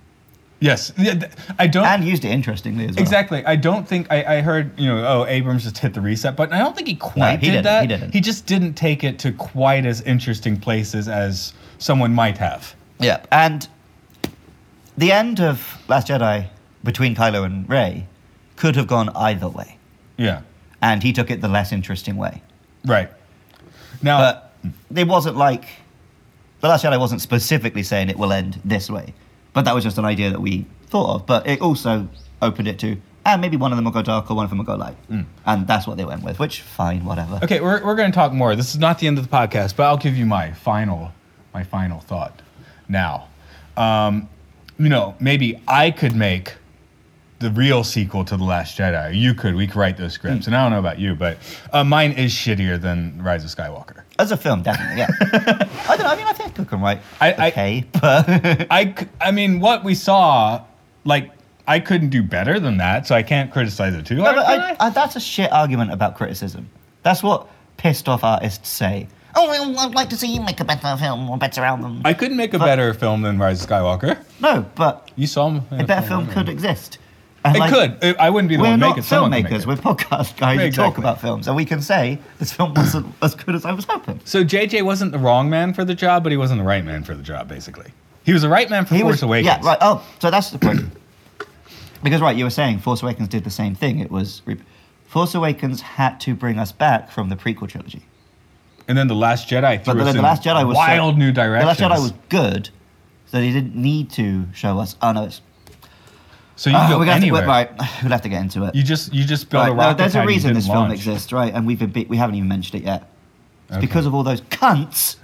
S4: yes, Yeah, th- I don't.
S3: and used it interestingly as well.
S4: Exactly. I don't think I, I heard you know. Oh, Abrams just hit the reset button. I don't think he quite
S3: he
S4: did
S3: didn't,
S4: that.
S3: he didn't.
S4: just didn't take it to quite as interesting places as someone might have.
S3: Yeah, and the end of Last Jedi between Kylo and Ray could have gone either way,
S4: Yeah.
S3: and he took it the less interesting way.
S4: Right. Now.
S3: But it wasn't like the Last Jedi wasn't specifically saying it will end this way, but that was just an idea that we thought of. But it also opened it to. And maybe one of them will go dark or one of them will go light. And that's what they went with, which, fine, whatever.
S4: Mm. Okay, we're, we're going to talk more. This is not the end of the podcast, but I'll give you my final my final thought now. Um, you know, maybe I could make the real sequel to The Last Jedi. You could. We could write those scripts.
S3: Hmm.
S4: And I don't know about you, but uh, mine is shittier than Rise of Skywalker.
S3: As a film, definitely, yeah. I don't know. I mean, I think Cook and Wright.
S4: I- I-
S3: okay, but
S4: I, c- I mean, what we saw, like, I couldn't do better than that, so I can't criticize it too
S3: No,
S4: hard.
S3: but
S4: can
S3: I,
S4: I?
S3: I, that's a shit argument about criticism. That's what pissed off artists say. Oh, well, I'd like to see you make a better film or better album.
S4: I couldn't make a better film than Rise of Skywalker.
S3: no, but
S4: You saw him.
S3: a better film could exist. And,
S4: It
S3: like,
S4: could. It- I wouldn't be the
S3: We're
S4: one to
S3: not
S4: make it. someone could make
S3: filmmakers.
S4: it.
S3: We're podcast guys who talk
S4: Exactly.
S3: about films, and we can say this film wasn't as good as I was hoping.
S4: So JJ wasn't the wrong man for the job, but he wasn't the right man for the job, basically. He was the right man for
S3: He
S4: Force
S3: was,
S4: Awakens.
S3: Yeah, right. Oh, so that's the point. because right, you were saying Force Awakens did the same thing. It was re- Force Awakens had to bring us back from the prequel trilogy.
S4: And then the Last Jedi
S3: But
S4: threw
S3: the,
S4: us
S3: the
S4: in
S3: Last Jedi was so-
S4: wild new directions.
S3: The Last Jedi was good, so they didn't need to show us. Oh no, it's,
S4: so you can
S3: Ah,
S4: go
S3: we're gonna have to-
S4: anywhere.
S3: right, we'll have to get into it.
S4: You just you just built
S3: Right,
S4: a
S3: no,
S4: rocket.
S3: there's a
S4: pad you
S3: reason
S4: didn't
S3: this film
S4: launch.
S3: exists, right? And we've been be- we haven't even mentioned it yet. It's because of all those cunts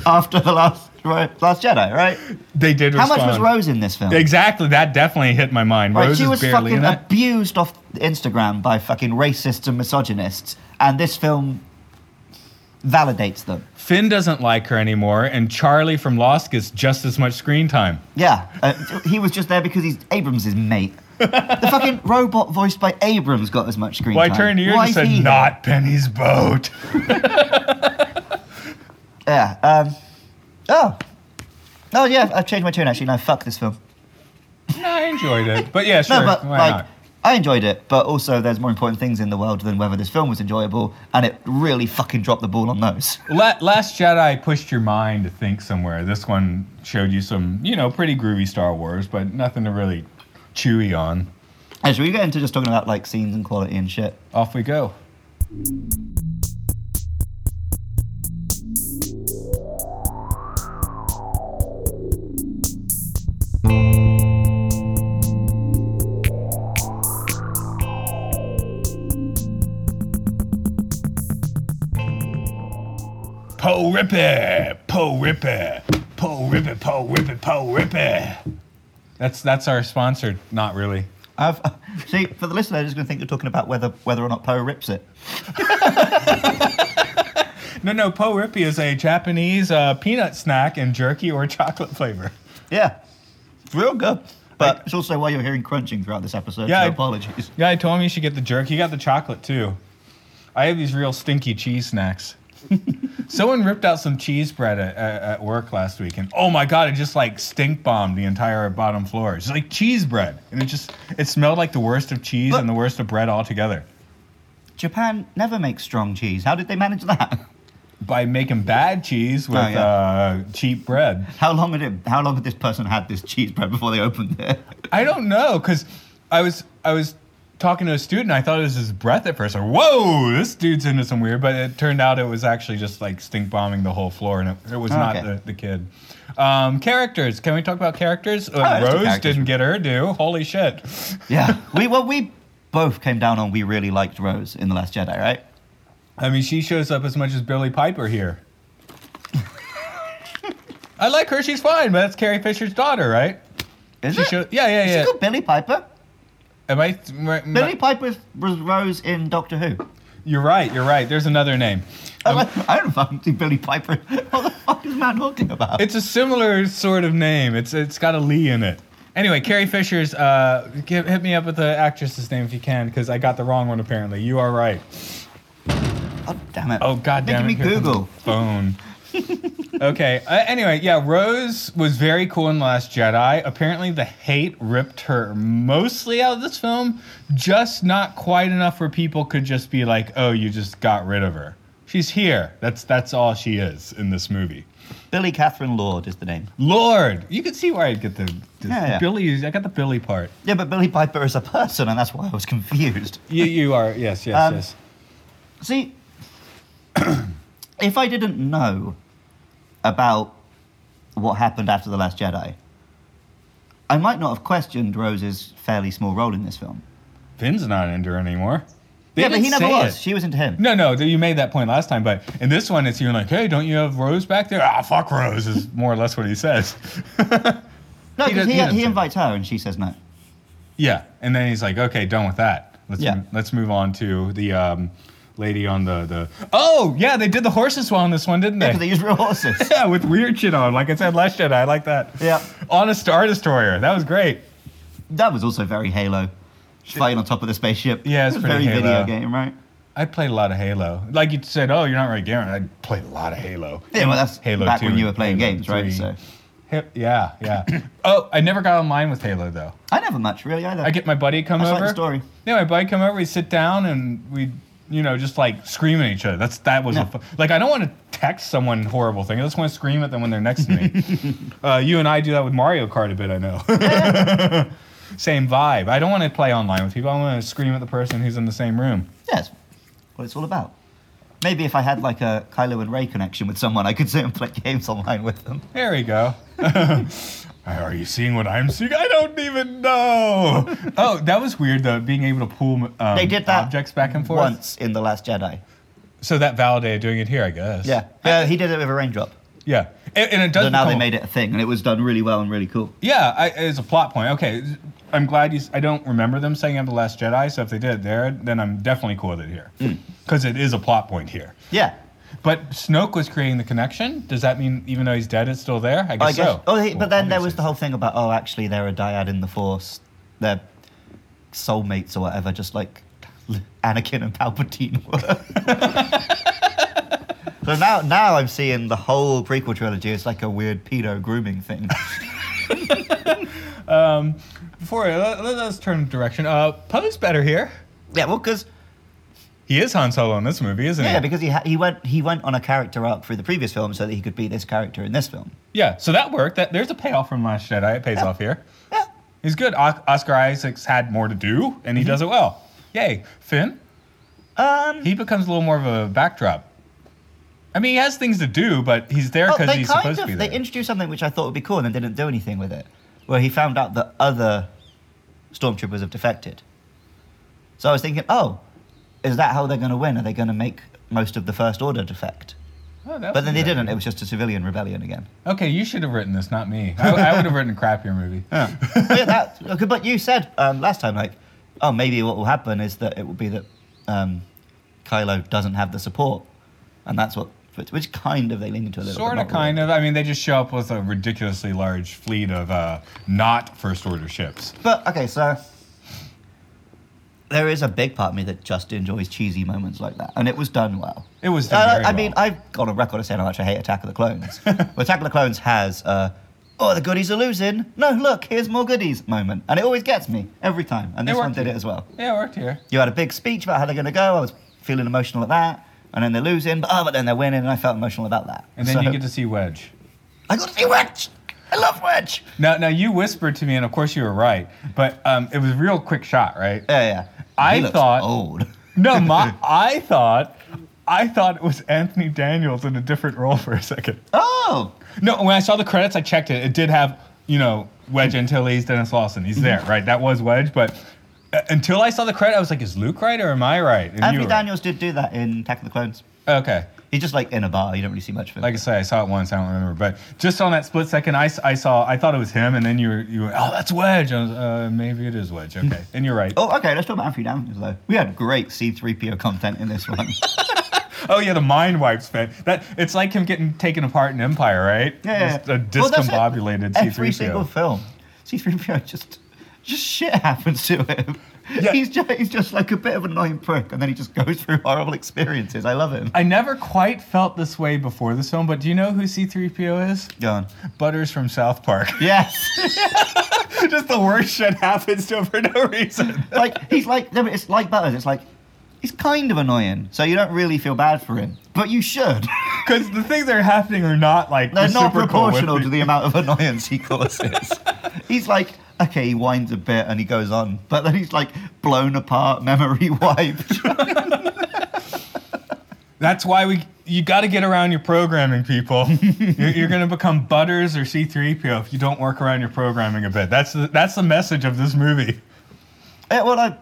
S3: after the last right, last Jedi, right?
S4: They did.
S3: How much was
S4: respond.
S3: Rose in this film?
S4: Exactly. That definitely hit my mind.
S3: Right,
S4: Rose
S3: she
S4: is
S3: was
S4: barely
S3: fucking
S4: in it.
S3: abused off Instagram by fucking racists and misogynists, and this film validates them.
S4: Finn doesn't like her anymore, and Charlie from Lost gets just as much screen time.
S3: Yeah, uh, he was just there because he's Abrams' mate. the fucking robot voiced by Abrams got as much screen
S4: Why
S3: time.
S4: turn to you
S3: Why
S4: and
S3: is he
S4: said,
S3: here?
S4: "Not Penny's boat"?
S3: Yeah. Um, oh. Oh yeah, I've changed my tune actually. No, fuck this film.
S4: no, I enjoyed it, but yeah, sure.
S3: no, but
S4: why
S3: like,
S4: not?
S3: I enjoyed it, but also there's more important things in the world than whether this film was enjoyable, and it really fucking dropped the ball on those.
S4: La- Last Jedi pushed your mind to think somewhere. This one showed you some, you know, pretty groovy Star Wars, but nothing to really chewy on.
S3: And should we get into just talking about like scenes and quality and shit?
S4: Off we go. Po rip it, po rip it, po rip it, po rip it, po rip it. That's that's our sponsor. Not really.
S3: I've, see, for the listener, they're just going to think you're talking about whether whether or not Poe rips it.
S4: No, no, po rippi is a Japanese uh, peanut snack in jerky or chocolate flavor.
S3: Yeah, it's real good. But it's also why you're hearing crunching throughout this episode.
S4: Yeah,
S3: so
S4: I-
S3: apologies.
S4: Yeah, I told him you should get the jerky. You got the chocolate too. I have these real stinky cheese snacks. Someone ripped out some cheese bread at, at, at work last week, and oh my god, it just like stink bombed the entire bottom floor. It's like cheese bread, and it just it smelled like the worst of cheese
S3: But-
S4: and the worst of bread altogether.
S3: Japan never makes strong cheese. How did they manage that?
S4: By making bad cheese with
S3: Oh, yeah.
S4: uh, cheap bread.
S3: How long had it? How long had this person had this cheese bread before they opened it?
S4: I don't know because I was I was talking to a student. I thought it was his breath at first. Like, whoa, this dude's into some weird. But it turned out it was actually just like stink bombing the whole floor, and it, it was
S3: Oh,
S4: not
S3: okay.
S4: the, the kid. Um, characters. Can we talk about characters? Uh,
S3: Oh, let's do
S4: Rose
S3: characters.
S4: didn't get her due. Holy shit.
S3: Yeah, we well we both came down on we really liked Rose in The Last Jedi, right?
S4: I mean, she shows up as much as Billy Piper here. I like her. She's fine, but that's Carrie Fisher's daughter, right?
S3: Is
S4: She
S3: it?
S4: show- yeah, yeah,
S3: Is she
S4: yeah.
S3: called Billy Piper?
S4: Am I? my- my-
S3: Billy Piper was Rose in Doctor Who.
S4: You're right. You're right. There's another name.
S3: I'm like, I don't fucking see Billy Piper. What the fuck is man talking about?
S4: It's a similar sort of name. It's it's got a Lee in it. Anyway, Carrie Fisher's. Uh, give, hit me up with the actress's name if you can, because I got the wrong one apparently. You are right.
S3: oh, damn it.
S4: Oh God damn
S3: Making
S4: it!
S3: me
S4: here comes
S3: Google.
S4: the phone. okay. Uh, anyway, yeah, Rose was very cool in Last Jedi. Apparently, the hate ripped her mostly out of this film, just not quite enough where people could just be like, "Oh, you just got rid of her." She's here. That's that's all she is in this movie.
S3: Billy Catherine Lord is the name.
S4: Lord, you can see where I get the this
S3: Yeah, yeah.
S4: Billy. I got the Billy part.
S3: Yeah, but Billy Piper is a person, and that's why I was confused.
S4: You you are yes yes
S3: Um,
S4: yes.
S3: See, if I didn't know about what happened after The Last Jedi, I might not have questioned Rose's fairly small role in this film.
S4: Finn's not into her anymore. They
S3: yeah, but
S4: didn't
S3: he never
S4: say
S3: was.
S4: it.
S3: She was into him.
S4: No, no, th- you made that point last time, but in this one, it's you're like, hey, don't you have Rose back there? Ah, fuck Rose is more or less what he says.
S3: No,
S4: He
S3: because
S4: does-
S3: he,
S4: he
S3: he,
S4: doesn't say
S3: invites her and she says no.
S4: yeah, and then he's like, okay, done with that. Let's
S3: Yeah.
S4: m- let's move on to the um, lady on the the. Oh yeah, they did the horses well in this one, didn't they?
S3: Because they use real horses.
S4: yeah, with weird shit on. Like I said last Jedi, I like that.
S3: Yeah.
S4: Honest Star Destroyer. That was great.
S3: that was also very Halo. She's fighting on top of the spaceship.
S4: Yeah, it's
S3: It was
S4: pretty
S3: very
S4: Halo.
S3: video game, right?
S4: I played a lot of Halo. Like you said, oh, you're not really gamer. I played a lot of Halo.
S3: Yeah, well, that's
S4: Halo
S3: back
S4: 2
S3: when you
S4: and
S3: were playing
S4: Halo
S3: games, right?
S4: 3.
S3: So
S4: Hip, yeah, yeah. oh, I never got online with Halo though.
S3: I never much really either.
S4: I get my buddy come
S3: That's like
S4: over.
S3: the story.
S4: Yeah, my buddy come over. We sit down and we, you know, just like scream at each other. That's that was a
S3: Yeah.
S4: fu- like I don't want to text someone horrible thing. I just want to scream at them when they're next to me. uh, you and I do that with Mario Kart a bit. I know. same vibe. I don't want to play online with people. I want to scream at the person who's in the same room.
S3: Yes, what it's all about. Maybe if I had like a Kylo and Ray connection with someone, I could sit and play games online with them.
S4: There we go. Are you seeing what I'm seeing? I don't even know. oh, that was weird though. Being able to pull um,
S3: They did that
S4: objects back and forth.
S3: Once in The Last Jedi.
S4: So that validated doing it here, I guess.
S3: Yeah. Uh, he did it with a raindrop.
S4: Yeah, and, and it does.
S3: So now they
S4: become-
S3: made it a thing, and it was done really well and really cool.
S4: Yeah, I, it's a plot point. Okay, I'm glad you. s- I don't remember them saying I'm the Last Jedi, so if they did it there, then I'm definitely cool with it here,
S3: Hmm.
S4: because it is a plot point here.
S3: Yeah.
S4: But Snoke was creating the connection. Does that mean even though he's dead, it's still there? I guess,
S3: I guess.
S4: so.
S3: Oh, he,
S4: Well,
S3: but then there was
S4: obviously.
S3: the whole thing about oh, actually they're a dyad in the Force, they're soulmates or whatever, just like Anakin and Palpatine were. so now, now I'm seeing the whole prequel trilogy as like a weird pedo grooming thing.
S4: Before let, let, us turn direction. Uh, Poe's better here.
S3: yeah, well, because
S4: He is Han Solo in this movie, isn't
S3: yeah,
S4: he?
S3: because he ha- he went he went on a character arc through the previous film so that he could be this character in this film.
S4: Yeah, so that worked. That there's a payoff from Last Jedi. It pays off here.
S3: Yeah.
S4: He's good. O- Oscar Isaac's had more to do, and he does it well. Yay, Finn.
S3: Mm-hmm. Um,
S4: He becomes a little more of a backdrop. I mean, he has things to do, but he's there
S3: Well,
S4: because
S3: Oh, they
S4: he's
S3: kind
S4: supposed
S3: of,
S4: to be
S3: They
S4: there.
S3: introduced something which I thought would be cool and then didn't do anything with it, where he found out that other stormtroopers have defected. So I was thinking, oh, is that how they're going to win? Are they going to make most of the First Order defect?
S4: Oh, that
S3: But then
S4: was
S3: they
S4: good.
S3: didn't. It was just a civilian rebellion again.
S4: Okay, you should have written this, not me. I, I would have written a crappier movie.
S3: yeah, that, okay, but you said um, last time, like, oh, maybe what will happen is that it will be that um, Kylo doesn't have the support, and that's what. Which kind of they lean into a little bit,
S4: Sort
S3: not
S4: of,
S3: really.
S4: kind of. I mean, they just show up with a ridiculously large fleet of uh, not first order ships.
S3: But okay, so there is a big part of me that just enjoys cheesy moments like that, and it was done well.
S4: It
S3: I-
S4: was done
S3: I,
S4: very
S3: I mean,
S4: well.
S3: I've got a record of saying how much I hate Attack of the Clones. but Attack of the Clones has, uh, oh, the goodies are losing. No, look, here's more goodies moment, and it always gets me every time. And
S4: It
S3: this one
S4: worked.
S3: did it as well.
S4: Yeah, it worked here.
S3: You had a big speech about how they're going to go. I was feeling emotional at that, and then they're losing, but oh, but then they're winning, and I felt emotional about that.
S4: And then
S3: So-
S4: you get to see Wedge.
S3: I got to see Wedge. I love Wedge.
S4: Now, now you whispered to me, and of course you were right, but um, it was a real quick shot, right?
S3: Yeah, yeah.
S4: I
S3: He looks
S4: thought-
S3: old.
S4: No, my, I thought, I thought it was Anthony Daniels in a different role for a second.
S3: Oh.
S4: No, when I saw the credits, I
S3: Mm-hmm.
S4: checked it. It did have, you know, Wedge Antilles, Dennis Lawson. He's there, right? That was Wedge, but uh, until I saw the credit, I was like, is Luke right or am I right? And you
S3: Anthony
S4: were right.
S3: Daniels did do that in Attack of the Clones.
S4: Okay.
S3: He's just like in a bar. You don't really see much of him.
S4: Like I say, I saw it once. I don't remember, but just on that split second, I, s- I saw. I thought it was him, and then you were you were. Oh, that's Wedge. I was, uh, maybe it is Wedge. Okay, and you're right.
S3: oh, okay. Let's talk about Anthony Daniels though. We had great C3PO content in this one.
S4: Oh yeah, the mind wipes fit. That it's like him getting taken apart in Empire, right?
S3: Yeah,
S4: Just
S3: yeah.
S4: a
S3: Well, that's it.
S4: discombobulated
S3: Every single
S4: C-3PO.
S3: film, C-3PO just just shit happens to him.
S4: Yeah.
S3: He's just he's just like a bit of an annoying prick, and then he just goes through horrible experiences. I love him.
S4: I never quite felt this way before this film, but do you know who C-3PO is?
S3: John.
S4: Butters from South Park.
S3: Yes.
S4: Just the worst shit happens to him for no reason.
S3: like he's like no, but it's like Butters. It's like he's kind of annoying, so you don't really feel bad for him, but you should.
S4: Because the things that are happening are not like
S3: They're not
S4: super cool with
S3: proportional
S4: the-
S3: to the amount of annoyance he causes. he's like, okay, he whines a bit and he goes on, but then he's like blown apart, memory wiped.
S4: That's why we you got to get around your programming, people. you're you're going to become Butters or C-3PO if you don't work around your programming a bit. That's the, that's the message of this movie.
S3: Yeah, Eh, well, I,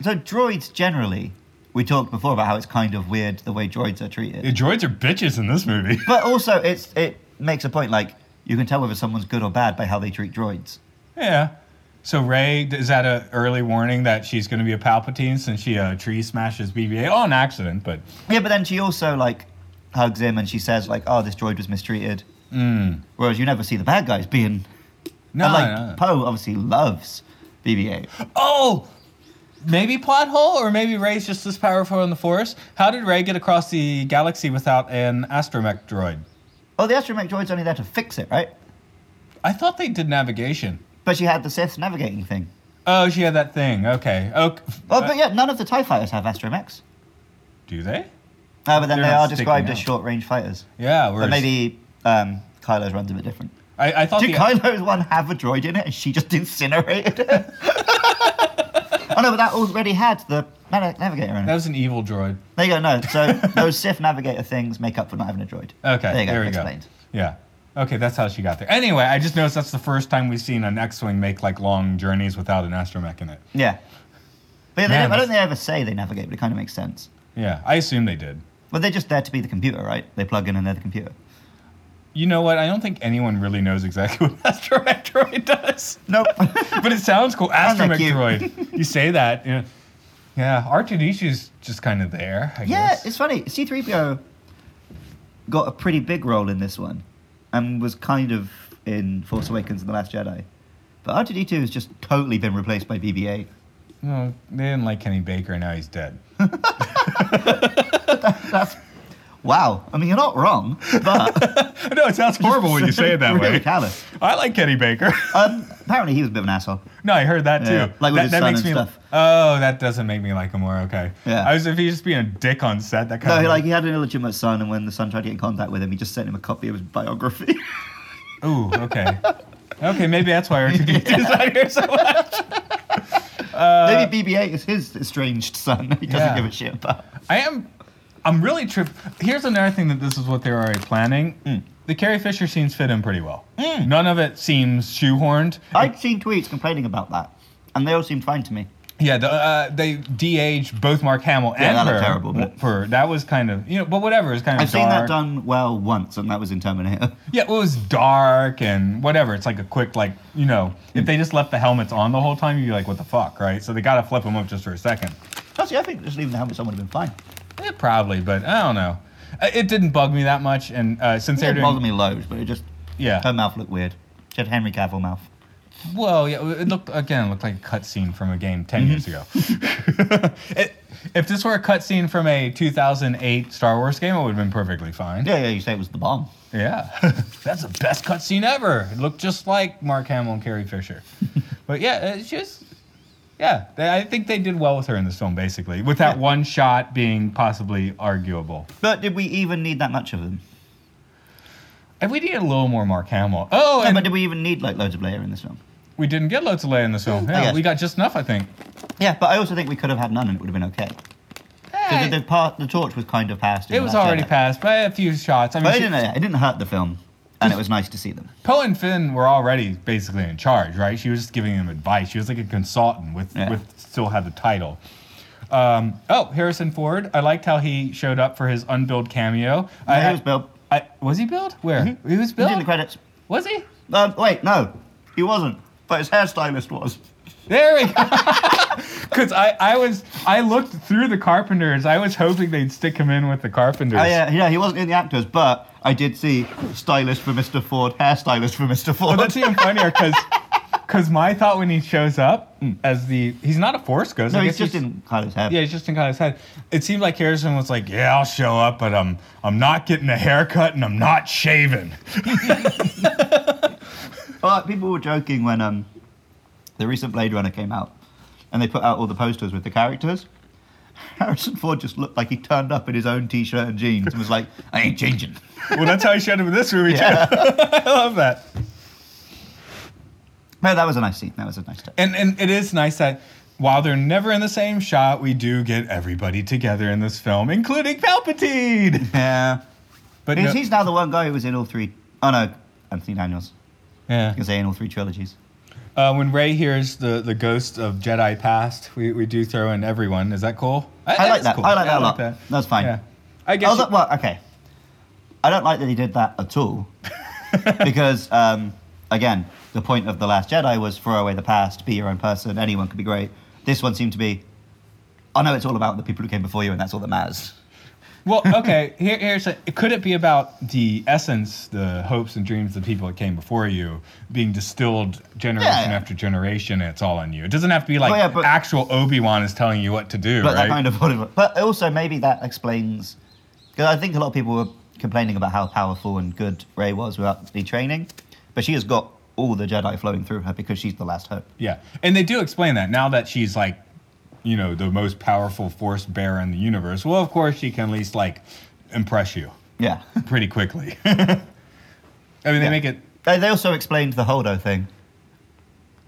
S3: so droids generally, we talked before about how it's kind of weird the way droids are treated.
S4: The droids are bitches in this movie.
S3: but also, it's it makes a point like you can tell whether someone's good or bad by how they treat droids.
S4: Yeah. So Ray, is that a early warning that she's going to be a Palpatine since she uh, tree smashes BB-8 on Oh, accident? But
S3: Yeah, but then she also like hugs him and she says like, "Oh, this droid was mistreated." Whereas you never see the bad guys being
S4: Hmm. no,
S3: and, like
S4: no.
S3: Poe obviously loves BB-8.
S4: oh, maybe plot hole, or maybe Ray's just this powerful in the Force. How did Ray get across the galaxy without an astromech droid?
S3: Oh, the astromech droid's only there to fix it, right?
S4: I thought they did navigation.
S3: But she had the Sith navigating thing.
S4: Oh, she had that thing. Okay. Oh,
S3: Oh, but yeah, none of the Tie fighters have astromechs.
S4: do they?
S3: Uh, but then
S4: They're
S3: they
S4: not
S3: are described
S4: sticking
S3: as
S4: out.
S3: short-range fighters.
S4: Yeah.
S3: But
S4: whereas-
S3: maybe um, Kylo's runs a bit different.
S4: I, I thought
S3: Did
S4: the-
S3: Kylo's one have a droid in it and she just incinerated it? oh no, but that already had the nav- navigator in
S4: that
S3: it.
S4: was an evil droid.
S3: There you go, no. So those Sith navigator things make up for not having a droid.
S4: Okay,
S3: There you go,
S4: we
S3: explained.
S4: go. Yeah. Okay, that's how she got there. Anyway, I just noticed that's the first time we've seen an X-wing make like long journeys without an astromech in it.
S3: Yeah. But yeah, they
S4: Man,
S3: don't, I don't
S4: that's-
S3: think they ever say they navigate, but it kind of makes sense.
S4: Yeah, I assume they did.
S3: But they're just there to be the computer, right? They plug in and they're the computer.
S4: You know what? I don't think anyone really knows exactly what astromech droid does,
S3: Nope.
S4: but it sounds cool.
S3: And they're
S4: Astromech
S3: cute.
S4: droid. You say that. You know. Yeah, R2D2's just kind of there. I
S3: yeah,
S4: guess.
S3: it's funny. C3PO got a pretty big role in this one and was kind of in Force Awakens and The Last Jedi. But R2D2 has just totally been replaced by BB 8.
S4: No, they didn't like Kenny Baker, and now he's dead.
S3: Wow. I mean, you're not wrong, but.
S4: no, it sounds horrible when you say it that
S3: really
S4: way.
S3: callous.
S4: I like Kenny Baker.
S3: Um, apparently, he was a bit of an asshole.
S4: No, I heard that too.
S3: Yeah, like with
S4: that,
S3: his
S4: that
S3: son
S4: makes
S3: and
S4: me.
S3: stuff.
S4: Oh, that doesn't make me like him more. Okay.
S3: Yeah.
S4: I was if he's just being a dick on set. That kind
S3: No,
S4: of.
S3: he, like, he had an illegitimate son, and when the son tried to get in contact with him, he just sent him a copy of his biography.
S4: Ooh. Okay. okay, maybe that's why R2D2 is out here so much.
S3: Maybe BB 8 is his estranged son he doesn't
S4: Uh, Yeah.
S3: give a shit about.
S4: I am. I'm really tripped. Here's another thing that this is what they're already planning.
S3: Mm.
S4: The Carrie Fisher scenes fit in pretty well. None of it seems shoehorned.
S3: I'd seen tweets complaining about that, and they all seemed fine to me.
S4: Yeah, the, uh, they de-aged both Mark Hamill
S3: Yeah,
S4: and
S3: that
S4: her.
S3: looked terrible, but-
S4: for that was kind of you know, but whatever. It's kind of
S3: I've seen that
S4: dark.
S3: done well once, and that was in Terminator.
S4: Yeah, it was dark and whatever. It's like a quick, like, you know, if they just left the helmets on the whole time, you'd be like, what the fuck, right? So they gotta flip them up just for a second.
S3: Actually, I think just leaving the helmet on would have been fine.
S4: Eh, probably, but I don't know. Uh, It didn't bug me that much, and uh,
S3: It
S4: since they're
S3: didn't bother
S4: doing,
S3: me loads, but it just
S4: yeah,
S3: her mouth looked weird. She had Henry Cavill mouth.
S4: well, yeah, it looked again, it looked like a cutscene from a game 10 years ago.
S3: Mm-hmm.
S4: it, if this were a cutscene from a 2008 Star Wars game, it would have been perfectly fine.
S3: Yeah, yeah, you say it was the bomb.
S4: Yeah, that's the best cutscene ever. It looked just like Mark Hamill and Carrie Fisher. but yeah, it's just yeah. They, I think they did well with her in this film, basically, with that
S3: Yeah.
S4: one shot being possibly arguable.
S3: But did we even need that much of them?
S4: And we needed a little more Mark Hamill. Oh,
S3: No,
S4: and
S3: but did we even need like loads of layer in this film?
S4: we didn't get loads of Leia in this film. Yeah,
S3: guess.
S4: we got just enough, I think.
S3: Yeah, but I also think we could have had none, and it would have been okay. 'Cause
S4: Eh,
S3: the, the part, the torch was kind of passed. in
S4: it was
S3: Last
S4: already
S3: Jedi.
S4: passed by a few shots. I mean,
S3: But it
S4: she-
S3: didn't, it didn't hurt the film. and it was nice to see them.
S4: Poe and Finn were already basically in charge, right? She was just giving them advice. She was like a consultant with,
S3: Yeah.
S4: with still had the title. Um, oh, Harrison Ford. I liked how he showed up for his unbilled cameo. I,
S3: he was billed. Mm-hmm.
S4: I, was he billed? Where? He was
S3: He was
S4: billed?
S3: in the credits.
S4: Was he?
S3: Um, wait, no, he wasn't, but his hairstylist was.
S4: There we go. Because I, I was, I looked through the Carpenters. I was hoping they'd stick him in with the Carpenters.
S3: Oh yeah, yeah, he wasn't in the actors, but I did see stylist for Mr. Ford, hairstylist for Mr.
S4: Well,
S3: Ford.
S4: that's even funnier because my thought when he shows up mm, as the he's not a force ghost.
S3: no,
S4: I
S3: he's
S4: guess
S3: just in Kylo's hair.
S4: Yeah, he's just in Kyle's head. It seemed like Harrison was like, "Yeah, I'll show up, but I'm I'm not getting a haircut and I'm not shaving."
S3: Well, like, people were joking when um, the recent Blade Runner came out, and they put out all the posters with the characters. Harrison Ford just looked like he turned up in his own T-shirt and jeans and was like, "I ain't changing."
S4: well, that's how he showed up in this movie
S3: Yeah.
S4: too. I love that.
S3: No, that was a nice scene. That was a nice touch.
S4: And and it is nice that while they're never in the same shot, we do get everybody together in this film, including Palpatine.
S3: Yeah,
S4: But
S3: he's,
S4: no-
S3: he's now the one guy who was in all three oh no, Anthony Daniels.
S4: yeah.
S3: I can say in all three trilogies.
S4: Uh, when Ray hears the, the ghost of Jedi past, we, we do throw in everyone. Is that cool?
S3: I like
S4: is
S3: that. I like that a lot. That's fine.
S4: Yeah. I guess.
S3: Oh, that,
S4: you-
S3: well, okay. I don't like that he did that at all, because um, again, the point of the Last Jedi was throw away the past, be your own person, anyone could be great. This one seemed to be, I know it's all about the people who came before you, and that's all that matters.
S4: well, okay. Here, here's a, could it be about the essence, the hopes and dreams of the people that came before you being distilled generation
S3: Yeah, yeah.
S4: after generation? And it's all on you. It doesn't have to be like
S3: Well, yeah, but-
S4: actual Obi Wan is telling you what to do,
S3: But
S4: right?
S3: that kind of whatever. But also maybe that explains because I think a lot of people were complaining about how powerful and good Rey was without the training, but she has got all the Jedi flowing through her because she's the last hope.
S4: Yeah, and they do explain that now that she's like, you know, the most powerful force bearer in the universe. Well, of course she can at least like impress you.
S3: Yeah.
S4: pretty quickly. I mean, they
S3: Yeah.
S4: make it.
S3: they they also explained the Holdo thing.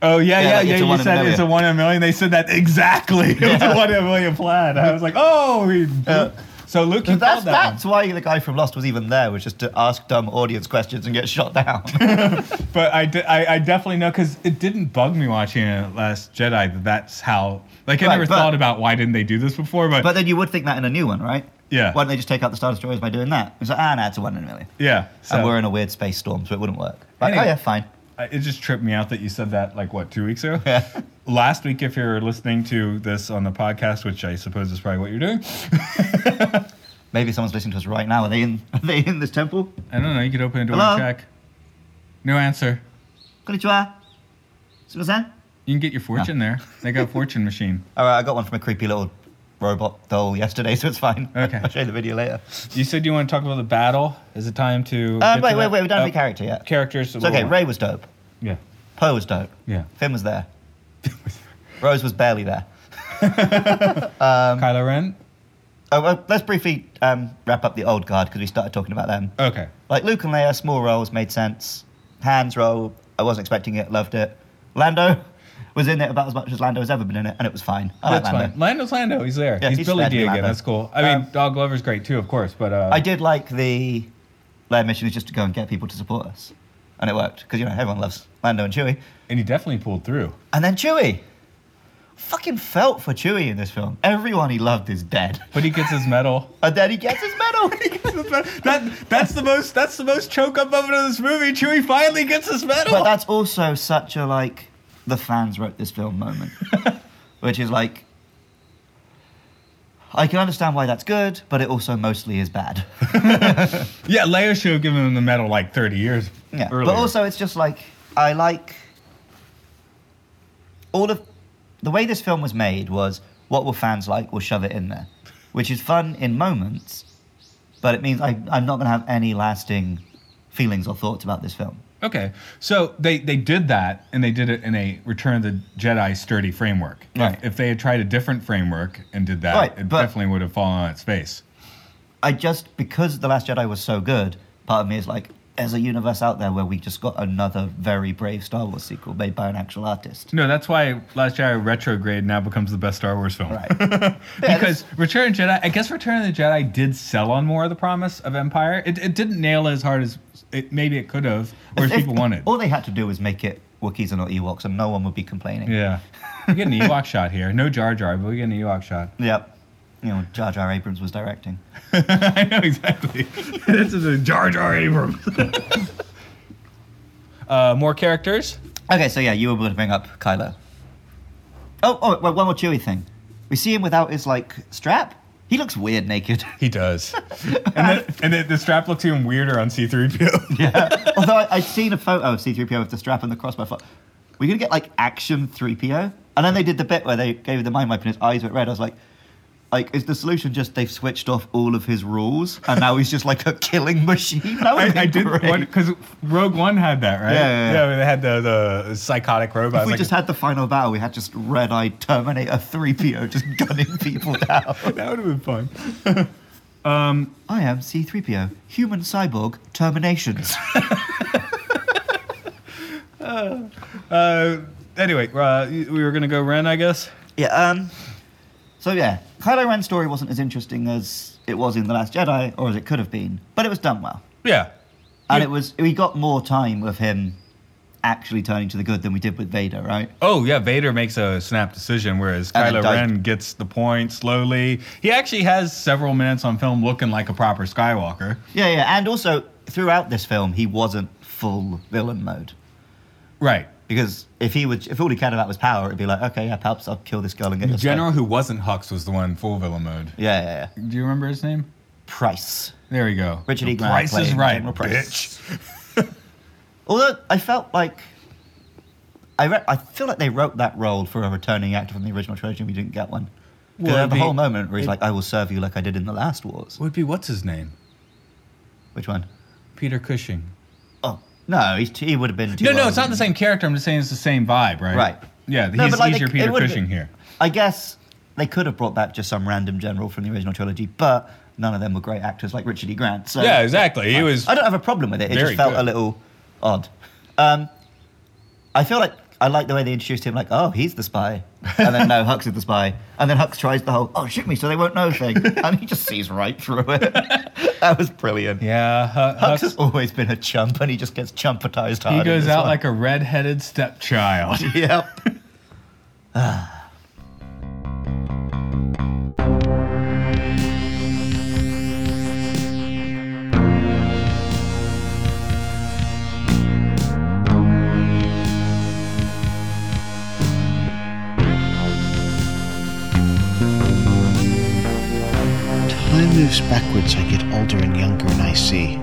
S4: Oh yeah,
S3: Yeah,
S4: yeah,
S3: like,
S4: yeah.
S3: it's a one
S4: you
S3: in a
S4: said it's a
S3: million.
S4: one in a million. They said that exactly. It was a one in a million plan. I was like, oh. We,
S3: Yeah.
S4: So Luke, you
S3: That's,
S4: called that.
S3: that's why the guy from Lost was even there, was just to ask dumb audience questions and get shot down.
S4: one. But I, de- I, I definitely know because it didn't bug me watching it Last Jedi that that's how. Like I
S3: Right,
S4: never
S3: but-
S4: thought about why didn't they do this before, but,
S3: but then you would think that in a new one, right?
S4: Yeah.
S3: Why don't they just take out the Star Destroyers by doing that? It's like, ah, nah, it's a one in a million.
S4: yeah.
S3: and
S4: So
S3: we're in a weird space storm, so it wouldn't work. Like,
S4: Anyway.
S3: oh, yeah, fine.
S4: I- it just tripped me out that you said that like what two weeks ago. Last week, if you're listening to this on the podcast, which I suppose is probably what you're doing,
S3: Maybe someone's listening to us right now. Are they in, are they in this temple?
S4: I don't know. You could open a door
S3: Hello?
S4: and check. No answer.
S3: Konnichiwa. Sumimasen.
S4: You can get your fortune there. They got a fortune machine.
S3: All right, I got one from a creepy little robot doll yesterday, so it's fine.
S4: Okay.
S3: I'll show you the video later.
S4: You said you want to talk about the battle. Is it time to?
S3: Uh,
S4: get
S3: wait,
S4: to
S3: wait,
S4: that?
S3: wait, we don't have
S4: Oh,
S3: any character yet.
S4: Characters.
S3: It's okay, Ray was dope.
S4: Yeah.
S3: Poe was dope.
S4: Yeah.
S3: Finn was there. Rose was barely there. Um,
S4: Kylo Ren.
S3: Oh, well, let's briefly um, wrap up the old guard because we started talking about them.
S4: Okay.
S3: Like Luke and Leia, small roles made sense. Han's role, I wasn't expecting it, loved it. Lando was in it about as much as Lando has ever been in it, and it was fine. I like
S4: That's
S3: Lando.
S4: fine. Lando's Lando. He's there.
S3: Yeah,
S4: he's,
S3: he's
S4: Billy
S3: there to
S4: D
S3: be
S4: again.
S3: Lando.
S4: That's cool. I mean,
S3: Um,
S4: Dog Glover's great too, of course. But uh,
S3: I did like the Leia mission was just to go and get people to support us, and it worked because you know everyone loves Lando and Chewie.
S4: and he definitely pulled through.
S3: And then Chewie, fucking felt for Chewie in this film. Everyone he loved is dead,
S4: But he gets his medal.
S3: and then he gets his medal.
S4: that that's the most that's the most choke up moment of this movie. Chewie finally gets his medal.
S3: But that's also such a like the fans wrote this film moment, which is like I can understand why that's good, but it also mostly is bad.
S4: yeah, Leia should have given him the medal like 30 years
S3: Yeah,
S4: earlier.
S3: but also it's just like I like all of the way this film was made was what will fans like? We'll shove it in there, which is fun in moments, but it means I, I'm not going to have any lasting feelings or thoughts about this film.
S4: Okay, so they they did that, and they did it in a Return of the Jedi sturdy framework. If-
S3: Right.
S4: If, they had tried a different framework and did that,
S3: Right,
S4: it
S3: but-
S4: definitely would have fallen on its face.
S3: I just because the Last Jedi was so good, part of me is like, there's a universe out there where we just got another very brave Star Wars sequel made by an actual artist.
S4: No, that's why Last Jedi Retrograde now becomes the best Star Wars film.
S3: Right.
S4: because Return of the Jedi, I guess Return of the Jedi did sell on more of the promise of Empire. It, it didn't nail it as hard as it maybe it could have, or as
S3: If-
S4: people wanted.
S3: All they had to do was make it Wookiees and not Ewoks, and no one would be complaining.
S4: Yeah. We get an Ewok shot here. No Jar Jar, but we get an Ewok shot.
S3: Yep. You know, Jar Jar Abrams was directing.
S4: I know exactly. this is a Jar Jar Abrams. uh, more characters.
S3: Okay, so yeah, you were going to bring up Kylo. Oh, oh, well, one more Chewie thing. We see him without his like strap. He looks weird naked.
S4: He does. and then, and then the strap looks even weirder on C3PO.
S3: Yeah. Although I, I'd seen a photo of C-3PO with the strap and the crossbow. I thought, we're gonna get like action 3PO. And then they did the bit where they gave the mind wipe and his eyes went red. I was like, like is the solution just they've switched off all of his rules and now he's just like a killing machine? That would
S4: I, I
S3: be
S4: did
S3: great.
S4: because Rogue One had that, right?
S3: Yeah, yeah, yeah.
S4: they had the, the psychotic robot.
S3: If we
S4: like,
S3: just had the final battle, we had just red-eyed Terminator 3PO just gunning people down.
S4: that would have been fun.
S3: I am C-3PO, human cyborg terminations.
S4: Uh, anyway, uh, we were gonna go Ren, I guess.
S3: Yeah. Um. So yeah, Kylo Ren's story wasn't as interesting as it was in the Last Jedi, or as it could have been, but it was done well,
S4: Yeah.
S3: and
S4: Yeah.
S3: it was we got more time of him actually turning to the good than we did with Vader, right?
S4: Oh yeah, Vader makes a snap decision, whereas
S3: And
S4: Kylo
S3: it does-
S4: Ren gets the point slowly. He actually has several minutes on film looking like a proper Skywalker.
S3: Yeah, yeah. And also throughout this film, he wasn't full villain mode
S4: Right.
S3: because if he was, if all he cared about was power, it'd be like, okay, yeah, perhaps I'll kill this girl and get
S4: The
S3: your stuff.
S4: general who wasn't Hux was the one full villain mode.
S3: Yeah, yeah, yeah.
S4: Do you remember his name?
S3: Price.
S4: There we go.
S3: Richard E. Grant
S4: Price is
S3: played
S4: right,
S3: General Price.
S4: bitch.
S3: Although I felt like I re- I feel like they wrote that role for a returning actor from the original trilogy, and we didn't get one.
S4: Well,
S3: Well, the
S4: it'd
S3: whole
S4: be-
S3: moment where he's
S4: it-
S3: like, "I will serve you like I did in the last wars."
S4: Would be what's his name?
S3: Which one?
S4: Peter Cushing.
S3: Oh no, he's, he would have been. Too
S4: No, no,
S3: old.
S4: it's not the same character. I'm just saying it's the same vibe, right?
S3: Right.
S4: Yeah,
S3: No,
S4: he's,
S3: but, like,
S4: he's your
S3: it- it
S4: Peter
S3: would've
S4: Cushing
S3: been-
S4: here.
S3: I guess they could have brought back just some random general from the original trilogy, but none of them were great actors like Richard E. Grant. So
S4: Yeah, exactly. He was.
S3: I don't have a problem with it. It
S4: Very
S3: just felt
S4: good.
S3: a little odd. Um, I feel like I like the way they introduced him, like, oh, he's the spy. And then, no, Hux is the spy. And then Hux tries the whole, oh, shoot me so they won't know thing. And he just sees right through it. that was brilliant.
S4: Yeah, Hu-
S3: Hux,
S4: Hux.
S3: has always been a chump and he just gets chumpatized hard.
S4: he
S3: in
S4: goes
S3: this
S4: out
S3: one.
S4: like a red-headed stepchild.
S3: Yep.
S1: Time moves backwards, I get older and younger, and I see.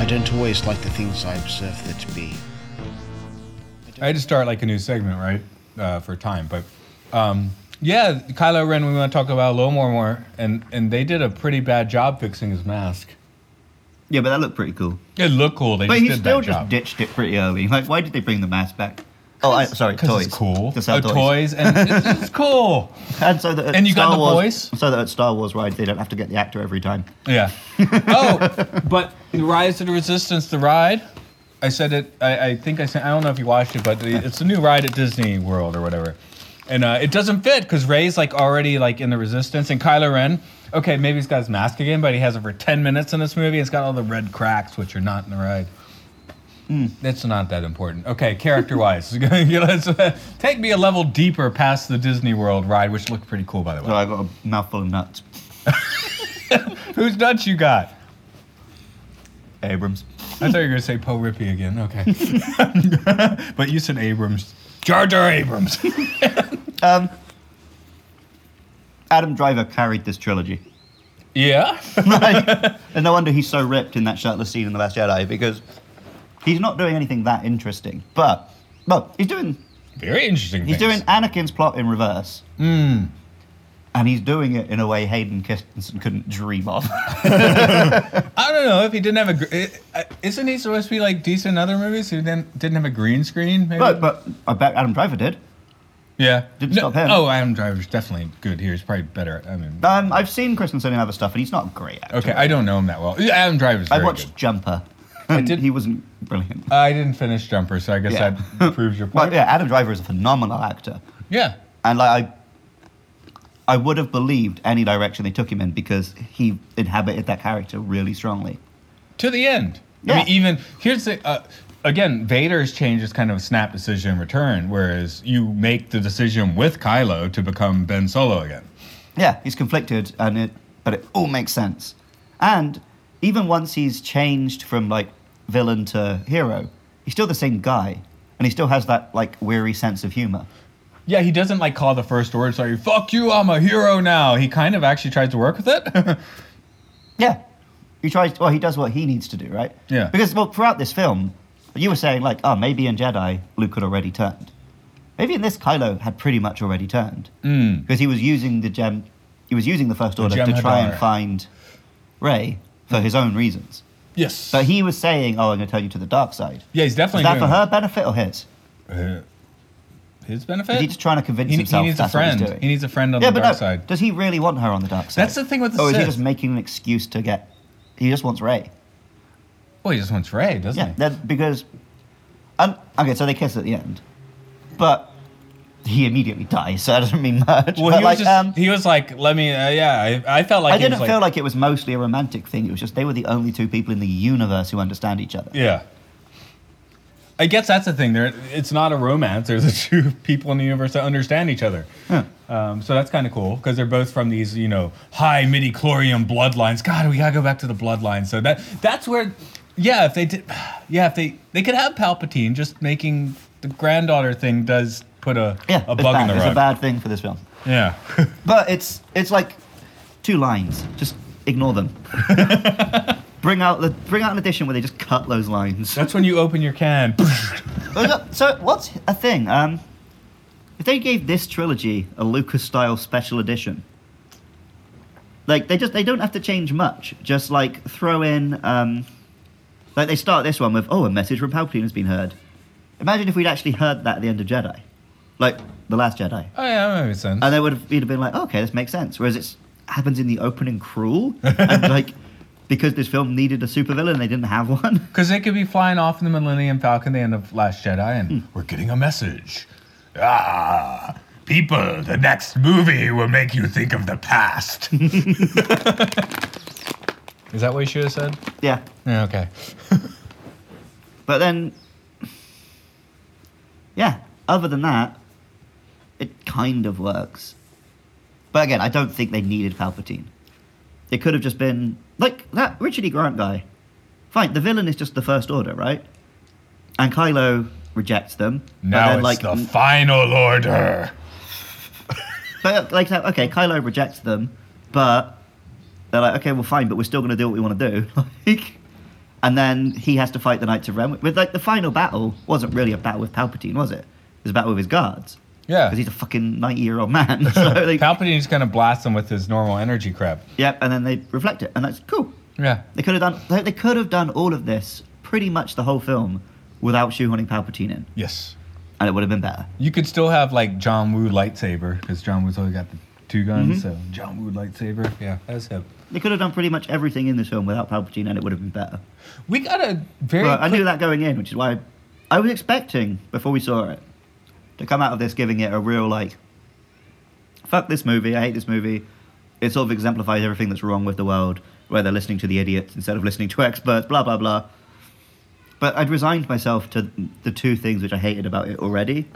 S1: I don't always like the things I observe that be.
S4: I had to start like a new segment, right, uh, for time. But um, yeah, Kylo Ren, we want to talk about a little more, more, and and they did a pretty bad job fixing his mask.
S3: Yeah, but that looked pretty cool.
S4: It looked cool. They
S3: But
S4: just
S3: he
S4: did
S3: still
S4: that
S3: just
S4: job.
S3: ditched it pretty early. Like, why did they bring the mask back? Oh, I, sorry,
S4: Because
S3: toys.
S4: it's cool.
S3: To sell
S4: Oh,
S3: toys.
S4: toys, and it's, it's cool.
S3: And so that at
S4: And you got
S3: Star
S4: the
S3: Wars,
S4: voice?
S3: So that at Star Wars rides, they don't have to get the actor every time.
S4: Yeah. Oh, but the Rise of the Resistance, the ride. I said it. I, I think I said. I don't know if you watched it, but the, it's a new ride at Disney World or whatever, and uh, it doesn't fit because Ray's like already like in the Resistance, and Kylo Ren. Okay, maybe he's got his mask again, but he has it for ten minutes in this movie. It's got all the red cracks, which are not in the ride. That's not that important. Okay, character-wise, You know, let's, uh, take me a level deeper past the Disney World ride, which looked pretty cool, by the way.
S3: So I got a mouthful of nuts.
S4: Whose nuts you got?
S3: Abrams.
S4: I thought you were gonna say Poe Rippey again. Okay, but you said Abrams. Jar Jar Abrams.
S3: Um, Adam Driver carried this trilogy.
S4: yeah.
S3: Like, and no wonder he's so ripped in that shirtless scene in The Last Jedi because he's not doing anything that interesting. But, well, he's doing
S4: Very interesting.
S3: he's
S4: things.
S3: doing Anakin's plot in reverse.
S4: Hmm.
S3: And he's doing it in a way Hayden Christensen couldn't dream of.
S4: I don't know if he didn't have a. gr- i- i- Isn't he supposed to be like decent in other movies? He didn't didn't have a green screen. Maybe.
S3: but, but I bet Adam Driver did.
S4: yeah.
S3: didn't stop him.
S4: Oh, Adam Driver's definitely good here. He's probably better. I mean.
S3: Um, I've seen Christensen in other stuff, and he's not great. Actually.
S4: okay, I don't know him that well. Yeah, Adam Driver's
S3: I
S4: Oh, very
S3: watched
S4: good.
S3: Jumper. and
S4: did-
S3: he wasn't brilliant.
S4: I didn't finish Jumper, so I guess
S3: Yeah.
S4: that proves your point.
S3: But yeah, Adam Driver is a phenomenal actor,
S4: yeah.
S3: and like I. I would have believed any direction they took him in because he inhabited that character really strongly.
S4: to the end. I
S3: Yeah.
S4: mean, even here's the uh, again, Vader's change is kind of a snap decision return, whereas you make the decision with Kylo to become Ben Solo again.
S3: Yeah, he's conflicted, and it, but it all makes sense. And even once he's changed from like villain to hero, he's still the same guy, and he still has that like weary sense of humor.
S4: Yeah, he doesn't like call the first order, sorry, fuck you, I'm a hero now. He kind of actually tries to work with it.
S3: Yeah, he tries. Well, he does what he needs to do, right?
S4: Yeah.
S3: Because well, throughout this film, you were saying like, oh, maybe in Jedi Luke had already turned. Maybe in this Kylo had pretty much already turned
S4: Hmm.
S3: because he was using the gem. He was using the First Order
S4: Gem
S3: to try
S4: Hadar.
S3: and find Rey for his own reasons.
S4: yes.
S3: But he was saying, "Oh, I'm going to turn you to the dark side."
S4: yeah, he's
S3: Is
S4: definitely
S3: that for
S4: doing-
S3: her benefit or his?
S4: Uh, his benefit?
S3: Is he just trying to convince
S4: He- he
S3: himself
S4: needs a
S3: that's what he's
S4: friend.
S3: doing?
S4: He needs a friend on
S3: yeah,
S4: the
S3: but
S4: dark
S3: no,
S4: side.
S3: Does he really want her on the dark side?
S4: That's the thing with the
S3: Or is he
S4: Sith.
S3: just making an excuse to get? He just wants Ray.
S4: well, he just wants Ray, doesn't
S3: Yeah,
S4: he?
S3: that, because, and okay, so they kiss at the end, but he immediately dies. So that doesn't mean much.
S4: well,
S3: but
S4: he was,
S3: like,
S4: just,
S3: um,
S4: he was like, let me, uh, yeah, I, I felt like
S3: I
S4: he was
S3: didn't feel like it was mostly a romantic thing. It was just they were the only two people in the universe who understand each other.
S4: Yeah. I guess that's the thing. There, it's not a romance. There's the two people in the universe that understand each other. Um, so that's kind of cool because they're both from these, you know, high midi chlorium bloodlines. God, we gotta go back to the bloodline. So that that's where, yeah, if they did, yeah, if they they could have Palpatine just making the granddaughter thing does put a
S3: Yeah,
S4: a
S3: it's
S4: bug
S3: bad.
S4: in the
S3: it's
S4: rug.
S3: a bad thing for this film.
S4: yeah.
S3: But it's it's like two lines. Just ignore them. bring out the bring out an edition where they just cut those lines.
S4: that's when you open your can.
S3: Oh, no, so what's a thing? Um, if they gave this trilogy a Lucas-style special edition, like they just they don't have to change much. Just like throw in, um, like they start this one with, oh, a message from Palpatine has been heard. Imagine if we'd actually heard that at the end of Jedi, like the Last Jedi.
S4: oh yeah, that makes sense.
S3: And they would have he'd have been like, okay, this makes sense. Whereas it happens in the opening cruel, and like because this film needed a supervillain, they didn't have one.
S4: Because they could be flying off in the Millennium Falcon, the end of Last Jedi,
S3: Hmm.
S4: and we're getting a message. Ah, people, the next movie will make you think of the past. Is that what you should have said?
S3: yeah,
S4: Yeah, okay.
S3: but then, yeah. Other than that, it kind of works. But again, I don't think they needed Palpatine. It could have just been like that Richard E. Grant guy. Fine, the villain is just the First Order, right? And Kylo rejects them. but
S4: Now
S3: then,
S4: it's
S3: like,
S4: the final order.
S3: But like, so- okay, Kylo rejects them, but they're like, okay, well, fine, but we're still going to do what we want to do. Like, and then he has to fight the Knights of Ren. With like the final battle wasn't really a battle with Palpatine, was it? It was a battle with his guards.
S4: Yeah.
S3: because he's a fucking ninety-year-old man. So like,
S4: Palpatine's gonna blast them with his normal energy crap.
S3: yep, and then they reflect it, and that's cool.
S4: Yeah.
S3: They could have done. They, they could have done all of this, pretty much the whole film, without shoehorning Palpatine in,
S4: Yes.
S3: and it would have been better.
S4: You could still have like John Woo lightsaber because John Woo's only got the two guns.
S3: Mm-hmm.
S4: So John Woo lightsaber. Yeah, that's him.
S3: They could have done pretty much everything in this film without Palpatine, and it would have been better.
S4: We got a very.
S3: Well, I
S4: quick-
S3: knew that going in, which is why I was expecting before we saw it to come out of this giving it a real like, fuck this movie, I hate this movie. It sort of exemplifies everything that's wrong with the world, where they're listening to the idiots instead of listening to experts, blah blah blah. But I'd resigned myself to the two things which I hated about it already,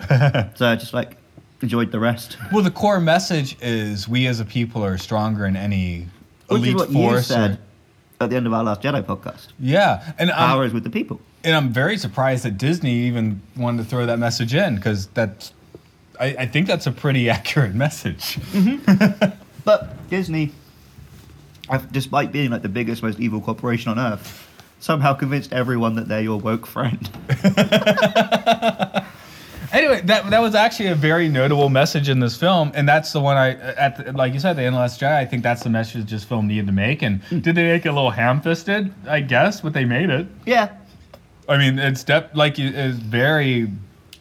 S3: so I just like enjoyed the rest.
S4: Well, the core message is we as a people are stronger in any
S3: Which
S4: elite
S3: is what you
S4: force. or-
S3: said at the end of our last Jedi podcast.
S4: yeah, and
S3: Power
S4: I'm,
S3: is with the people.
S4: and I'm very surprised that Disney even wanted to throw that message in because that's. I, I think that's a pretty accurate message.
S3: But Disney, have- despite being like the biggest, most evil corporation on earth, somehow convinced everyone that they're your woke friend.
S4: anyway, that that was actually a very notable message in this film, and that's the one I at the, like you said, the end of last Jedi. I think that's the message this film needed to make. And
S3: Hmm.
S4: did they make it a little ham-fisted? I guess, but they made it.
S3: yeah.
S4: I mean, it's def- like it- it's very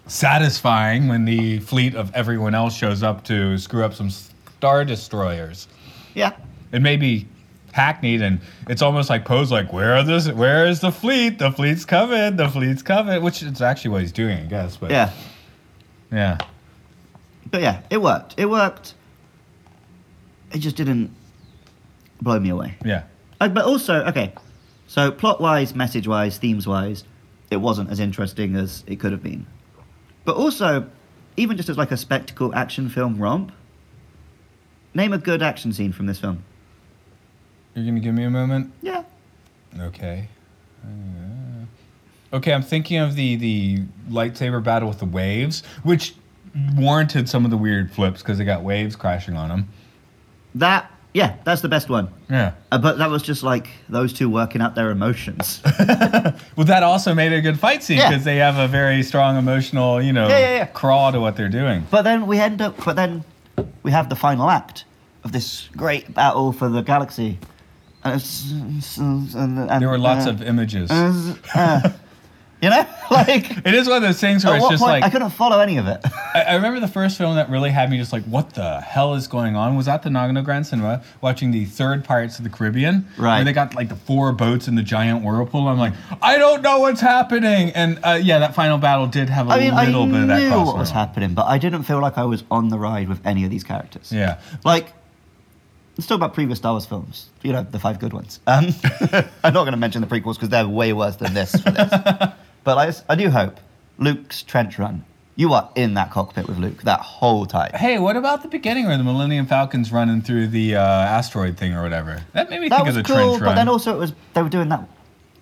S4: satisfying when the fleet of everyone else shows up to screw up some star destroyers.
S3: Yeah.
S4: It may be hackneyed, and it's almost like Poe's like, "Where are this? Where is the fleet? The fleet's coming. The fleet's coming." Which is actually what he's doing, I guess. But
S3: Yeah.
S4: yeah.
S3: But yeah, it worked. It worked. It just didn't blow me away.
S4: Yeah.
S3: Uh, but also, okay, so plot wise, message wise, themes wise, it wasn't as interesting as it could have been. But also, even just as like a spectacle action film romp, name a good action scene from this film.
S4: You're gonna give me a moment.
S3: Yeah.
S4: Okay. Uh, okay, I'm thinking of the the lightsaber battle with the waves, which warranted some of the weird flips because they got waves crashing on them.
S3: That, yeah, that's the best one.
S4: Yeah.
S3: Uh, but that was just like those two working out their emotions.
S4: Well, that also made it a good fight scene
S3: Yeah.
S4: because they have a very strong emotional, you know,
S3: Yeah, yeah, yeah.
S4: crawl to what they're doing.
S3: But then we end up. But then we have the final act of this great battle for the galaxy. And, it's, and, and-
S4: There were lots
S3: uh,
S4: of images.
S3: uh, uh, you know, like
S4: It is one of those things where
S3: at
S4: it's
S3: what
S4: just
S3: point
S4: like
S3: I couldn't follow any of it.
S4: I, I remember the first film that really had me just like, what the hell is going on? Was at the Nagano Grand Cinema watching the third Pirates of the Caribbean.
S3: Right.
S4: Where they got like the four boats in the giant whirlpool. I'm like, I don't know what's happening. And uh, yeah, that final battle did have a
S3: I mean, I
S4: little bit of that
S3: knew
S4: crossover.
S3: what was happening, but I didn't feel like I was on the ride with any of these characters.
S4: Yeah.
S3: Like, let's talk about previous Star Wars films. You know, the five good ones. Um, I'm not going to mention the prequels because they're way worse than this. For this. but I, I do hope Luke's trench run. You are in that cockpit with Luke that whole time.
S4: Hey, what about the beginning where the Millennium Falcon's running through the uh, asteroid thing or whatever? That made me
S3: That
S4: think
S3: was
S4: of the
S3: cool,
S4: trench
S3: but
S4: run.
S3: then also it was they were doing that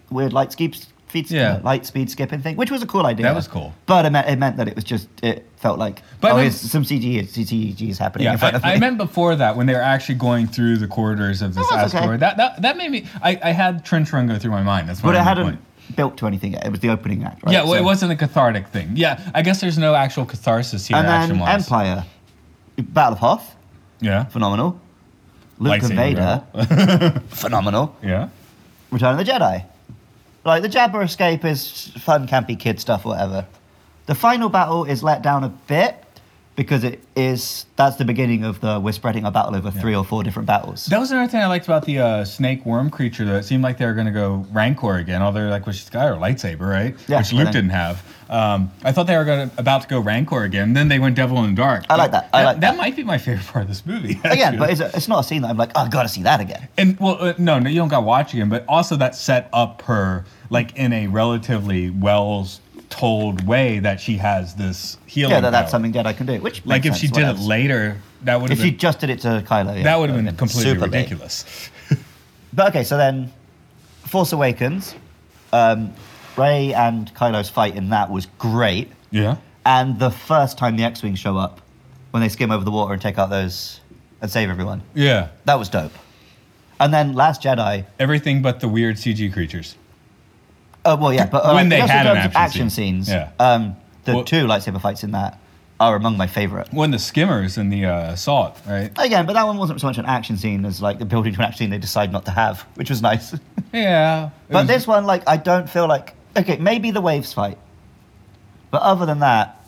S3: weird light skip, feed,
S4: Yeah.
S3: light speed skipping thing, which was a cool idea.
S4: That was cool.
S3: But it meant, it meant that it was just it felt like
S4: But
S3: oh,
S4: then-
S3: here's some CG CG is happening in
S4: yeah,
S3: front of me.
S4: I, I meant before that when they were actually going through the corridors of this
S3: Oh, that's okay.
S4: asteroid. That, that that made me. I, I had trench run go through my mind. That's my
S3: but it
S4: only
S3: hadn't
S4: point.
S3: built to anything yet. It was the opening act, right?
S4: Yeah, well,
S3: So-
S4: it wasn't a cathartic thing. Yeah, I guess there's no actual catharsis here.
S3: And then
S4: action-wise.
S3: Empire, Battle of Hoth,
S4: Yeah.
S3: phenomenal. Luke
S4: Lightsaber
S3: and Vader, phenomenal.
S4: Yeah.
S3: Return of the Jedi. Like the Jabba escape is fun, campy kid stuff, whatever. The final battle is let down a bit because it is that's the beginning of the we're spreading a battle over three or four different battles.
S4: That was another thing I liked about the uh, snake worm creature, though. It seemed like they were going to go Rancor again, although, like, well, she's got her lightsaber, right?
S3: Yeah,
S4: Which
S3: but
S4: Luke
S3: then-
S4: didn't have. Um, I thought they were gonna, about to go Rancor again. Then they went Devil in the Dark.
S3: I like that. I like
S4: that.
S3: that.
S4: might be my favorite part of this movie.
S3: Again, but
S4: actually.
S3: it's, it's not a scene that I'm like, oh, I gotta see that again.
S4: And well, uh, no, no, you don't got to watch again. But also that set up her like in a relatively well told way that she has this healing.
S3: Yeah, that, that's
S4: power.
S3: something Jedi can do. Which
S4: Like
S3: makes
S4: if she
S3: sense,
S4: did it
S3: whatever.
S4: later, that would have
S3: If she
S4: been,
S3: just did it to Kylo, yeah,
S4: that would have
S3: would've
S4: been completely
S3: super big.
S4: ridiculous.
S3: But okay, so then Force Awakens, um, Ray and Kylo's fight in that was great.
S4: Yeah.
S3: And the first time the X-wings show up, when they skim over the water and take out those and save everyone,
S4: Yeah.
S3: that was dope. And then Last Jedi,
S4: Everything but the weird CG creatures.
S3: uh, well, yeah, but uh,
S4: When they
S3: just
S4: had
S3: in
S4: an
S3: terms of
S4: action
S3: action
S4: scene.
S3: scenes,
S4: Yeah.
S3: um, the
S4: Well-
S3: two lightsaber fights in that are among my favorite.
S4: When the skimmers and the uh, salt, right?
S3: Again, but that one wasn't so much an action scene as like the building to an action scene they decide not to have, which was nice.
S4: Yeah. It
S3: But
S4: was-
S3: this one, like, I don't feel like. Okay, maybe the waves fight. But other than that.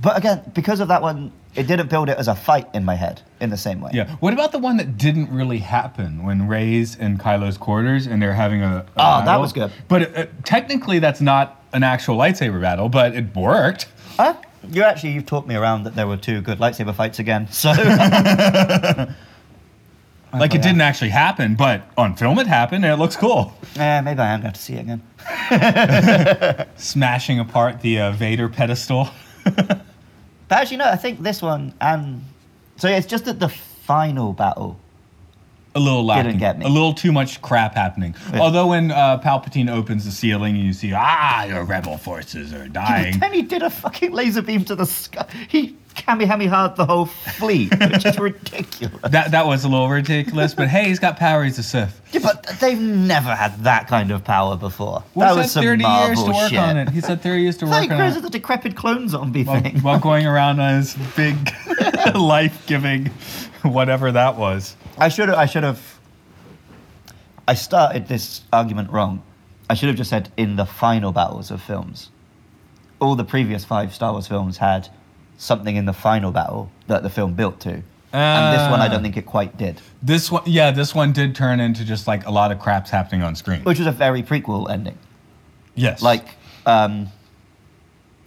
S3: But again, because of that one, it didn't build it as a fight in my head in the same way.
S4: Yeah. What about the one that didn't really happen when Ray's in Kylo's quarters and they're having a. a
S3: Oh, that
S4: battle?
S3: was good.
S4: But it, it- technically, that's not an actual lightsaber battle, but it worked.
S3: Huh? You actually, you've talked me around that there were two good lightsaber fights again. So.
S4: Like
S3: yeah.
S4: it didn't actually happen, but on film it happened and it looks cool.
S3: yeah, maybe I am going to see it again.
S4: Smashing apart the uh, Vader pedestal.
S3: But actually, no, I think this one and. So yeah, it's just that the final battle.
S4: a little lacking.
S3: get me.
S4: A little too much crap happening.
S3: Yeah.
S4: Although when uh, Palpatine opens the ceiling, you see ah, your rebel forces are dying.
S3: Then he did a fucking laser beam to the sky. He kamehameha the whole fleet, which is ridiculous.
S4: that that was a little ridiculous, but hey, he's got power. He's a Sith.
S3: Yeah, but they've never had that kind of power before.
S4: Well,
S3: that was
S4: he's had
S3: some
S4: 30 years
S3: Marvel
S4: to work
S3: shit.
S4: on it. He's had 30 years to
S3: It's
S4: work
S3: like
S4: on
S3: Chris
S4: it.
S3: is the decrepit clone zombie
S4: While,
S3: thing.
S4: while going around on his big life-giving whatever that was.
S3: I should have. I should have. I started this argument wrong. I should have just said in the final battles of films. All the previous five Star Wars films had something in the final battle that the film built to. and this one, I
S4: Ah.
S3: don't think it quite did.
S4: This one, yeah, this one did turn into just like a lot of craps happening on screen.
S3: Which was a very prequel ending.
S4: Yes,
S3: Like, um,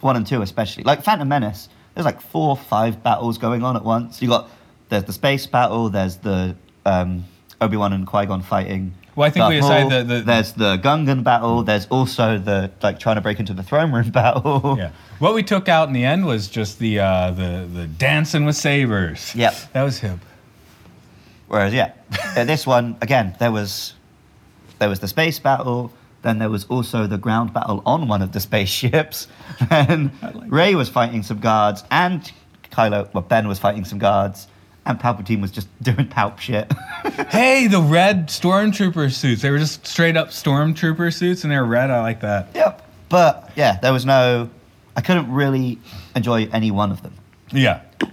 S3: one and two, especially. Like Phantom Menace, there's like four or five battles going on at once. You got, there's the space battle, there's the um, Obi Wan and Qui Gon fighting.
S4: Well, I think we
S3: Darth Maul,
S4: decided that the-
S3: there's the Gungan battle, there's also the, like, trying to break into the throne room battle.
S4: yeah. What we took out in the end was just the uh, the the dancing with sabers.
S3: Yep.
S4: that was him.
S3: Whereas, yeah, uh, this one again, there was there was the space battle. Then there was also the ground battle on one of the spaceships. Then Ray was fighting some guards, and Kylo, well, Ben was fighting some guards, and Palpatine was just doing palp shit.
S4: Hey, the red stormtrooper suits. They were just straight up stormtrooper suits, and they were red. I like that.
S3: yep. But yeah, there was no. I couldn't really enjoy any one of them.
S4: Yeah.
S3: I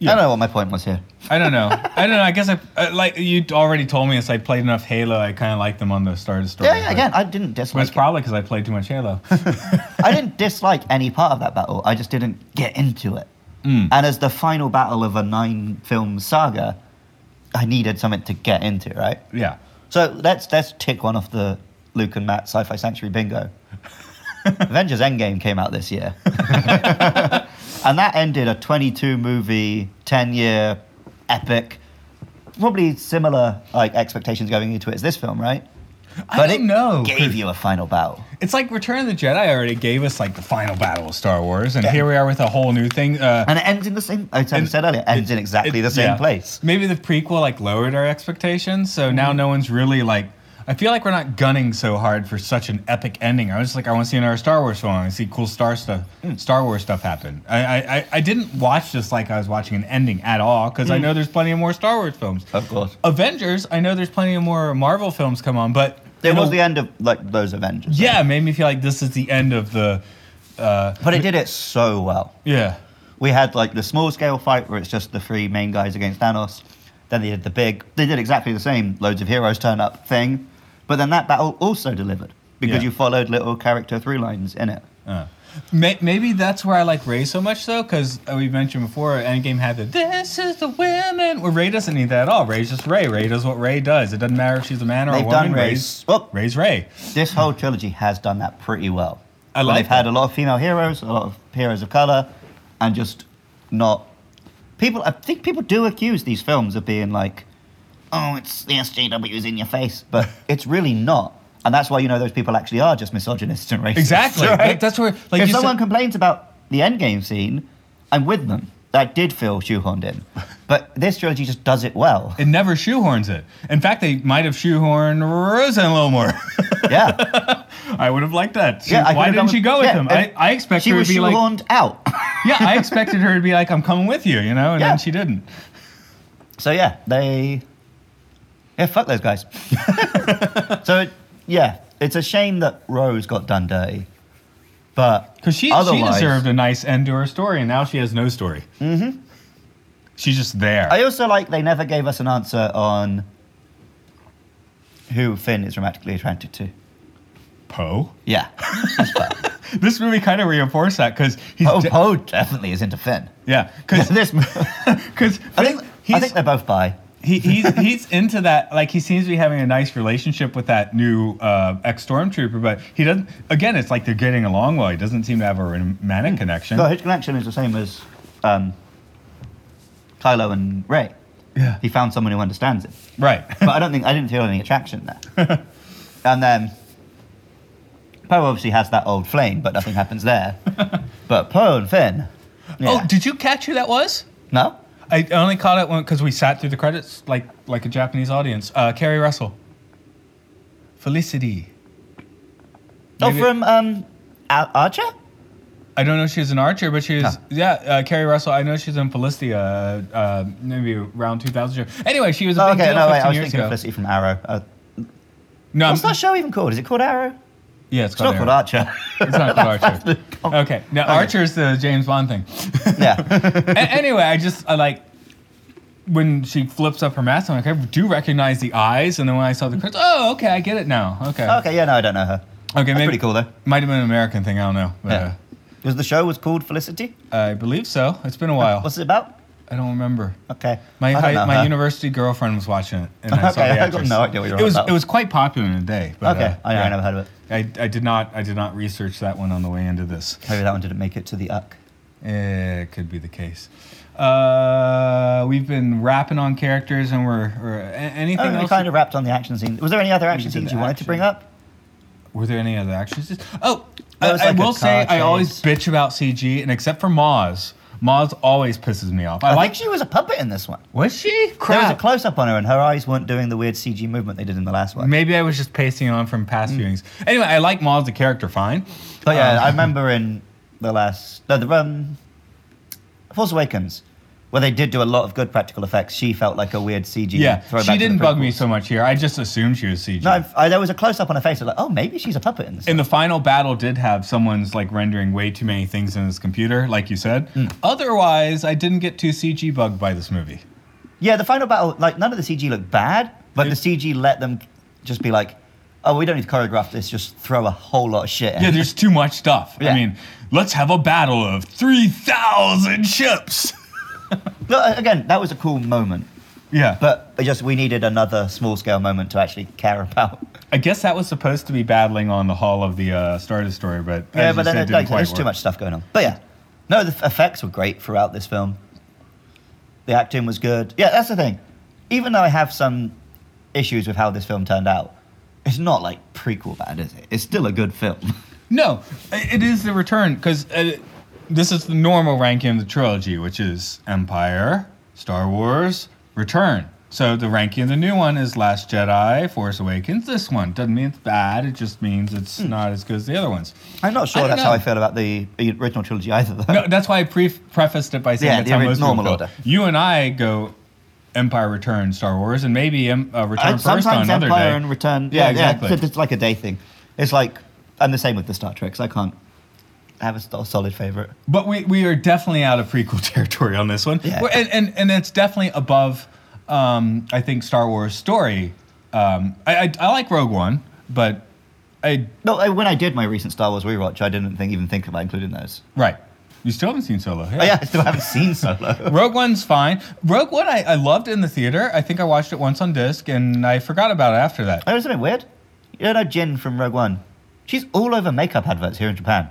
S3: don't know what my point was here.
S4: I don't know. I don't know. I guess I uh, like you already told me as I played enough Halo, I kind of liked them on the Star Destroyer.
S3: Yeah, yeah,
S4: but-
S3: again, I didn't
S4: But
S3: dislike.
S4: it's
S3: it.
S4: probably because I played too much Halo.
S3: I didn't dislike any part of that battle. I just didn't get into it.
S4: Hmm.
S3: And as the final battle of a nine-film saga, I needed something to get into, right?
S4: yeah.
S3: So let's let's tick one off the Luke and Matt Sci-Fi Sanctuary bingo. Avengers Endgame came out this year, and that ended a 22-movie, 10-year epic. Probably similar like expectations going into it as this film, right?
S4: I
S3: but
S4: don't
S3: it
S4: know.
S3: gave you a final battle.
S4: It's like Return of the Jedi already gave us like the final battle of Star Wars, and here we are with a whole new thing. Uh,
S3: And it ends in the same, I said- I said earlier, ends in exactly
S4: it-
S3: the same
S4: yeah.
S3: place. Mm-hmm.
S4: Maybe the prequel like lowered our expectations, so now no one's really like. I feel like we're not gunning so hard for such an epic ending. I was just like, I want to see another Star Wars film. I want to see cool Star stuff,
S3: Hmm.
S4: Star Wars stuff happen. I, I, I- I didn't watch this like I was watching an ending at all because
S3: Hmm.
S4: I know there's plenty of more Star Wars films.
S3: Of course.
S4: Avengers, I know there's plenty of more Marvel films come on, but
S3: It
S4: in a-
S3: was the end of like those Avengers.
S4: Yeah, it made me feel like this is the end of the. Uh,
S3: But it did it so well.
S4: yeah.
S3: We had like the small scale fight where it's just the three main guys against Thanos. Then they did the big, they did exactly the same loads of heroes turn up thing. But then that battle also delivered because
S4: Yeah.
S3: you followed little character through lines in it.
S4: Uh, may- maybe that's where I like Ray so much though, because we mentioned before, Endgame had the "This is the women." Well, Ray doesn't need that at all. Ray's just Ray. Ray does what Ray does. It doesn't matter if she's a man or a
S3: They've
S4: woman.
S3: done Ray's-
S4: Ray's
S3: Oh.
S4: Ray's Ray.
S3: This whole trilogy has done that pretty well.
S4: I
S3: Where
S4: like
S3: They've had a lot of female heroes, a lot of heroes of color, and just not people. I think people do accuse these films of being like, "Oh, it's the SJWs in your face," but it's really not. And that's why you know those people actually are just misogynists and racists.
S4: Exactly.
S3: right?
S4: That- that's where, like
S3: if
S4: you
S3: someone
S4: said,
S3: complains about the Endgame scene, I'm with them. That did feel shoehorned in, but this trilogy just does it well.
S4: it never shoehorns it. In fact, they might have shoehorned Rosen a little more.
S3: Yeah.
S4: I would have liked that. She-
S3: Yeah, I could've
S4: why
S3: done
S4: didn't she go with
S3: yeah,
S4: him?
S3: and
S4: I, I expect
S3: she
S4: her to
S3: was
S4: be like,
S3: shoehorned out.
S4: yeah, I expected her to be like, I'm coming with you, you know, and
S3: Yeah.
S4: then she didn't.
S3: So yeah, they yeah fuck those guys. so it, yeah, it's a shame that Rose got done dirty, but
S4: Because she, she
S3: Otherwise-
S4: deserved a nice end to her story, and now she has no story. Mm-hmm. She's just there.
S3: I also like they never gave us an answer on who Finn is romantically attracted to.
S4: Poe.
S3: Yeah,
S4: This movie kind of reinforced that because he's
S3: Poe
S4: de-
S3: Poe definitely is into Finn.
S4: yeah because
S3: Oh, this,
S4: because
S3: I think, I
S4: he's
S3: think they're both bi.
S4: he, he's he's into that like he seems to be having a nice relationship with that new uh, ex stormtrooper, but he doesn't. Again, it's like they're getting along well. He doesn't seem to have a romantic connection.
S3: No, his connection is the same as um, Kylo and Ray.
S4: Yeah.
S3: He found someone who understands him.
S4: Right.
S3: but I don't think I didn't feel any attraction there. and then Poe obviously has that old flame, but nothing happens there. but Poe and Finn. yeah.
S4: Oh, did you catch who that was?
S3: no?
S4: I only caught it because we sat through the credits like like a Japanese audience. Uh, Carrie Russell, Felicity.
S3: Oh,
S4: Maybe-
S3: from um, Al- Archer. Oh,
S4: I don't know if she was an archer, but she was
S3: Huh.
S4: yeah. Uh, Carrie Russell. I know she's in Felicity. Uh, uh, maybe around 2000. Anyway, she was a
S3: Oh,
S4: big
S3: okay,
S4: deal
S3: no, wait,
S4: 15
S3: I was
S4: years
S3: thinking
S4: ago.
S3: of Felicity from Arrow. Uh,
S4: No,
S3: what's
S4: I'm-
S3: that show even called? Is it called Arrow?
S4: yeah, it's,
S3: It's not Oh.
S4: called
S3: called
S4: Arrow.
S3: Archer.
S4: It's not called Archer. okay, now Archer's the James Bond thing.
S3: yeah.
S4: A- anyway, I just I like when she flips up her mask. I'm like, I do recognize the eyes, and then when I saw the credits, oh, okay, I get it now. Okay,
S3: Okay, yeah, no, I don't know her.
S4: okay,
S3: That's
S4: maybe
S3: pretty cool, though.
S4: Might have been an American thing. I don't know. But,
S3: Yeah. Because the show was called Felicity.
S4: uh, I believe so. It's been a while.
S3: What's it about?
S4: I don't remember.
S3: Okay.
S4: My
S3: I don't
S4: high,
S3: know
S4: my
S3: her.
S4: university girlfriend was watching it, and I saw
S3: Okay,
S4: the
S3: I got
S4: actress.
S3: no idea what you're
S4: it
S3: on
S4: was.
S3: about.
S4: It was quite popular in the day. But,
S3: Okay,
S4: uh,
S3: I- I never heard of it.
S4: I, I did not. I did not research that one on the way into this.
S3: Maybe that one didn't make it to the uck.
S4: Eh, It could be the case. Uh, we've been rapping on characters, and we're or a- anything
S3: Oh, we
S4: else.
S3: kind of wrapped on the action scene. Was there any other action
S4: did
S3: scenes
S4: the
S3: you wanted to
S4: action.
S3: bring up?
S4: Were there any other actions? Oh,
S3: There
S4: I,
S3: was
S4: I
S3: like a
S4: will say
S3: car
S4: I always
S3: chase.
S4: bitch about CG, and except for Moz, Moz always pisses me off. I,
S3: I
S4: like.
S3: think she was a puppet in this one.
S4: Was she?
S3: There was a
S4: Crap.
S3: close up on her, and her eyes weren't doing the weird CG movement they did in the last one.
S4: Maybe I was just pasting it on from
S3: Mm.
S4: past viewings. Anyway, I like Moz the character fine.
S3: But yeah,
S4: Um,
S3: I remember in the last, no, the um, Force Awakens, where they did do a lot of good practical effects. She felt like a weird CG.
S4: Yeah,
S3: throwback
S4: she
S3: to the
S4: didn't bug me
S3: prequels.
S4: so much here. I just assumed she was CG.
S3: No, I've, I, there was a close up on her face. I was like, oh, maybe she's a puppet in this.
S4: and the final battle did have someone's like rendering way too many things in his computer, like you said.
S3: Mm.
S4: Otherwise, I didn't get too CG bugged by this movie.
S3: yeah, the final battle, like none of the CG looked bad, but
S4: It-
S3: the CG let them just be like, oh, we don't need to choreograph this. Just throw a whole lot of shit. In.
S4: Yeah, there's too much stuff. I
S3: Yeah.
S4: mean, let's have a battle of 3,000 ships.
S3: Look, again, that was a cool moment,
S4: yeah. But
S3: but it just we needed another small scale moment to actually care about.
S4: I guess that was supposed to be battling on the hull of the uh, Star Destroyer, but as
S3: Yeah,
S4: you
S3: but then
S4: said,
S3: it,
S4: didn't
S3: like,
S4: quite
S3: there's too
S4: work.
S3: much stuff going on. But yeah, no, the f- effects were great throughout this film. The acting was good. Yeah, that's the thing. Even though I have some issues with how this film turned out, it's not like prequel bad, is it? It's still a good film.
S4: No, i- it is the return because uh, this is the normal ranking of the trilogy, which is Empire, Star Wars, Return. So the ranking of the new one is Last Jedi, Force Awakens. This one doesn't mean it's bad; it just means it's
S3: Hmm.
S4: not as good as the other ones.
S3: I'm not sure
S4: don't
S3: that's
S4: know.
S3: how I feel about the original trilogy either, though.
S4: No, that's why I pre- prefaced it by saying
S3: Yeah,
S4: that's
S3: the
S4: how
S3: ori-
S4: most people
S3: normal
S4: feel.
S3: order.
S4: You and I go Empire, Return, Star Wars, and maybe um, uh, Return
S3: I-
S4: first on
S3: sometimes
S4: another
S3: Empire
S4: day.
S3: and Return.
S4: Yeah,
S3: Yeah, yeah,
S4: exactly.
S3: It's, it's like a day thing. It's like I'm the same with the Star Treks. I can't have a st- solid favorite.
S4: But we, we are definitely out of prequel territory on this one.
S3: Yeah.
S4: We're- And, and, and it's definitely above, um, I think, Star Wars story. Um, I, I, I like Rogue One, but I.
S3: No, I- when I did my recent Star Wars rewatch, I didn't think, even think about including those.
S4: Right. You still haven't seen Solo.
S3: Oh, yeah, I still haven't seen Solo.
S4: Rogue One's fine. Rogue One, I, I loved in the theater. I think I watched it once on disc and I forgot about it after that.
S3: Oh, isn't it weird? You don't know Jin from Rogue One? She's all over makeup adverts here in Japan.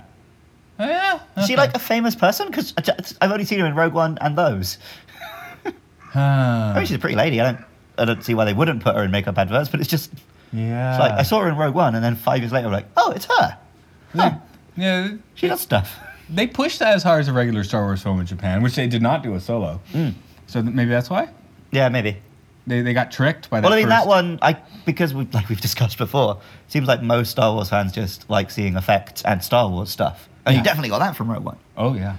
S4: Oh, yeah.
S3: Is she like a famous person? Because I've only seen her in Rogue One and those. I mean, she's a pretty lady. I don't, I don't see why they wouldn't put her in makeup adverts, but it's just it's
S4: yeah.
S3: like I saw her in Rogue One, and then five years later, I'm like, oh, it's her. Huh,
S4: yeah.
S3: she does stuff.
S4: They pushed that as hard as a regular Star Wars film in Japan, which they did not do with Solo.
S3: Hmm.
S4: So th- maybe that's why.
S3: Yeah, maybe.
S4: They, they got tricked by that.
S3: Well, I mean,
S4: first-
S3: that one, I because we, like we've discussed before, seems like most Star Wars fans just like seeing effects and Star Wars stuff, and
S4: Yeah.
S3: you definitely got that from Rogue One.
S4: Oh yeah.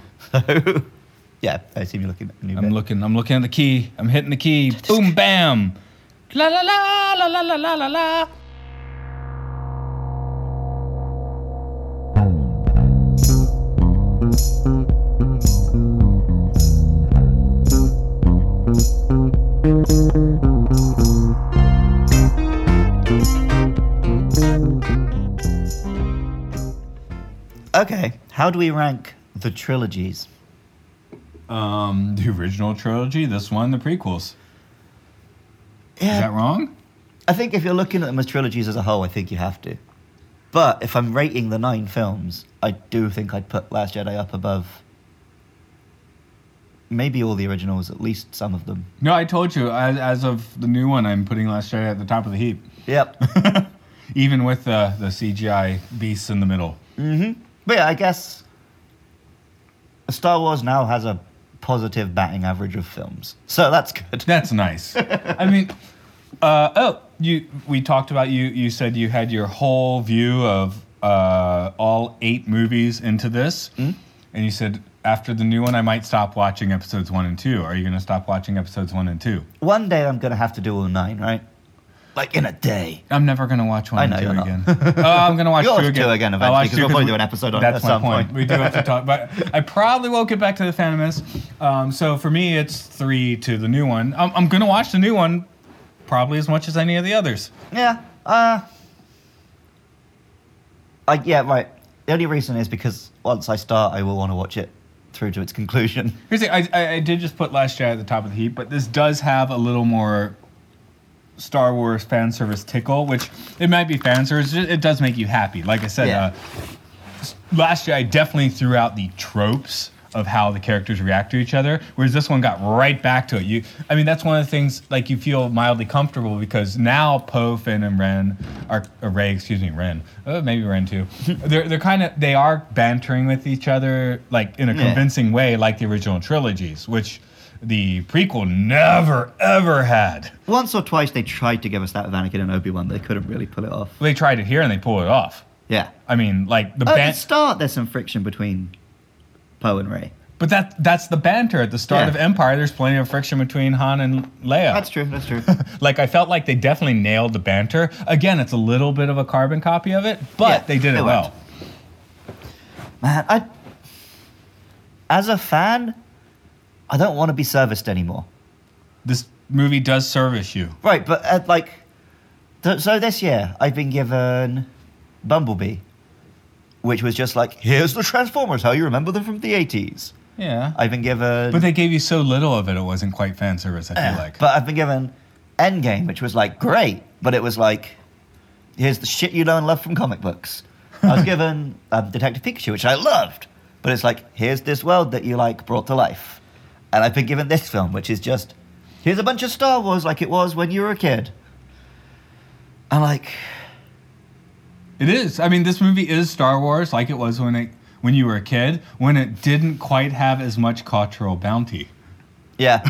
S3: Yeah, I assume you're looking at the new
S4: I'm
S3: bit.
S4: looking. I'm looking at the key. I'm hitting the key. Boom, bam. La la la la la la la la la.
S3: Okay, how do we rank the trilogies?
S4: Um, the original trilogy. This one, the prequels. Is that wrong?
S3: I think if you're looking at them as trilogies as a whole, I think you have to. But if I'm rating the nine films, I do think I'd put Last Jedi up above maybe all the originals, at least some of them.
S4: No, I told you. As, as of the new one, I'm putting Last Jedi at the top of the heap,
S3: Yep.
S4: even with the the CGI beasts in the middle.
S3: but yeah, I guess Star Wars now has a positive batting average of films. So that's good.
S4: That's nice. I mean, uh, oh, you. We talked about you. You said you had your whole view of uh, all eight movies into this, and you said after the new one, I might stop watching episodes one and two. Are you going to stop watching episodes one and two?
S3: One day I'm going to have to do all nine, right? Like in a day.
S4: I'm never going to watch one
S3: I know
S4: and two
S3: you're not.
S4: again. oh, I'm going to watch
S3: You'll
S4: two
S3: watch
S4: again.
S3: two again
S4: I'll
S3: eventually,
S4: watch
S3: 'cause
S4: two
S3: we'll probably do an
S4: we-
S3: episode on it
S4: That's
S3: at
S4: my
S3: some
S4: point.
S3: point.
S4: we do have to talk, but I probably will get back to the Phantomist. Um, so for me, it's three to the new one. I'm, I'm going to watch the new one probably as much as any of the others.
S3: Yeah. Uh, I, yeah, right. The only reason is because once I start, I will want to watch it through to its conclusion.
S4: Here's the, I, I, I did just put Last Jedi at the top of the heap, but this does have a little more Star Wars fan service tickle, which it might be fan service. It it does make you happy. Like I said,
S3: Yeah.
S4: uh, s- Last Jedi definitely threw out the tropes of how the characters react to each other, whereas this one got right back to it. You, I mean, that's one of the things like you feel mildly comfortable because now Poe, Finn, and Ren are or Ray, excuse me, Ren, uh, maybe Ren too. they're they're kind of they are bantering with each other like in a
S3: Yeah.
S4: convincing way, like the original trilogies, which the prequel never ever had.
S3: Once or twice they tried to give us that with Anakin and Obi Wan, they couldn't really pull it off.
S4: They tried it here and they pull it off.
S3: Yeah.
S4: I mean, like the
S3: At
S4: ban-
S3: the start, there's some friction between Poe and Ray.
S4: but that that's the banter at the start
S3: Yeah.
S4: of Empire. There's plenty of friction between Han and Leia.
S3: That's true. That's true.
S4: like I felt like they definitely nailed the banter. Again, it's a little bit of a carbon copy of it, but
S3: Yeah,
S4: they did
S3: they
S4: it well.
S3: worked. Man, I, as a fan, I don't want to be serviced anymore.
S4: This movie does service you.
S3: Right, but uh, like, th- so this year I've been given Bumblebee, which was just like, here's the Transformers, how you remember them from the 80s.
S4: Yeah.
S3: I've been given.
S4: but they gave you so little of it, it wasn't quite fan service, I feel
S3: Yeah,
S4: like.
S3: But I've been given Endgame, which was like great, but it was like, here's the shit you know and love from comic books. I was given um, Detective Pikachu, which I loved, but it's like, here's this world that you like brought to life. And I've been given this film, which is just, here's a bunch of Star Wars like it was when you were a kid. And like,
S4: It is. I mean, this movie is Star Wars, like it was when it when you were a kid, when it didn't quite have as much cultural bounty.
S3: yeah,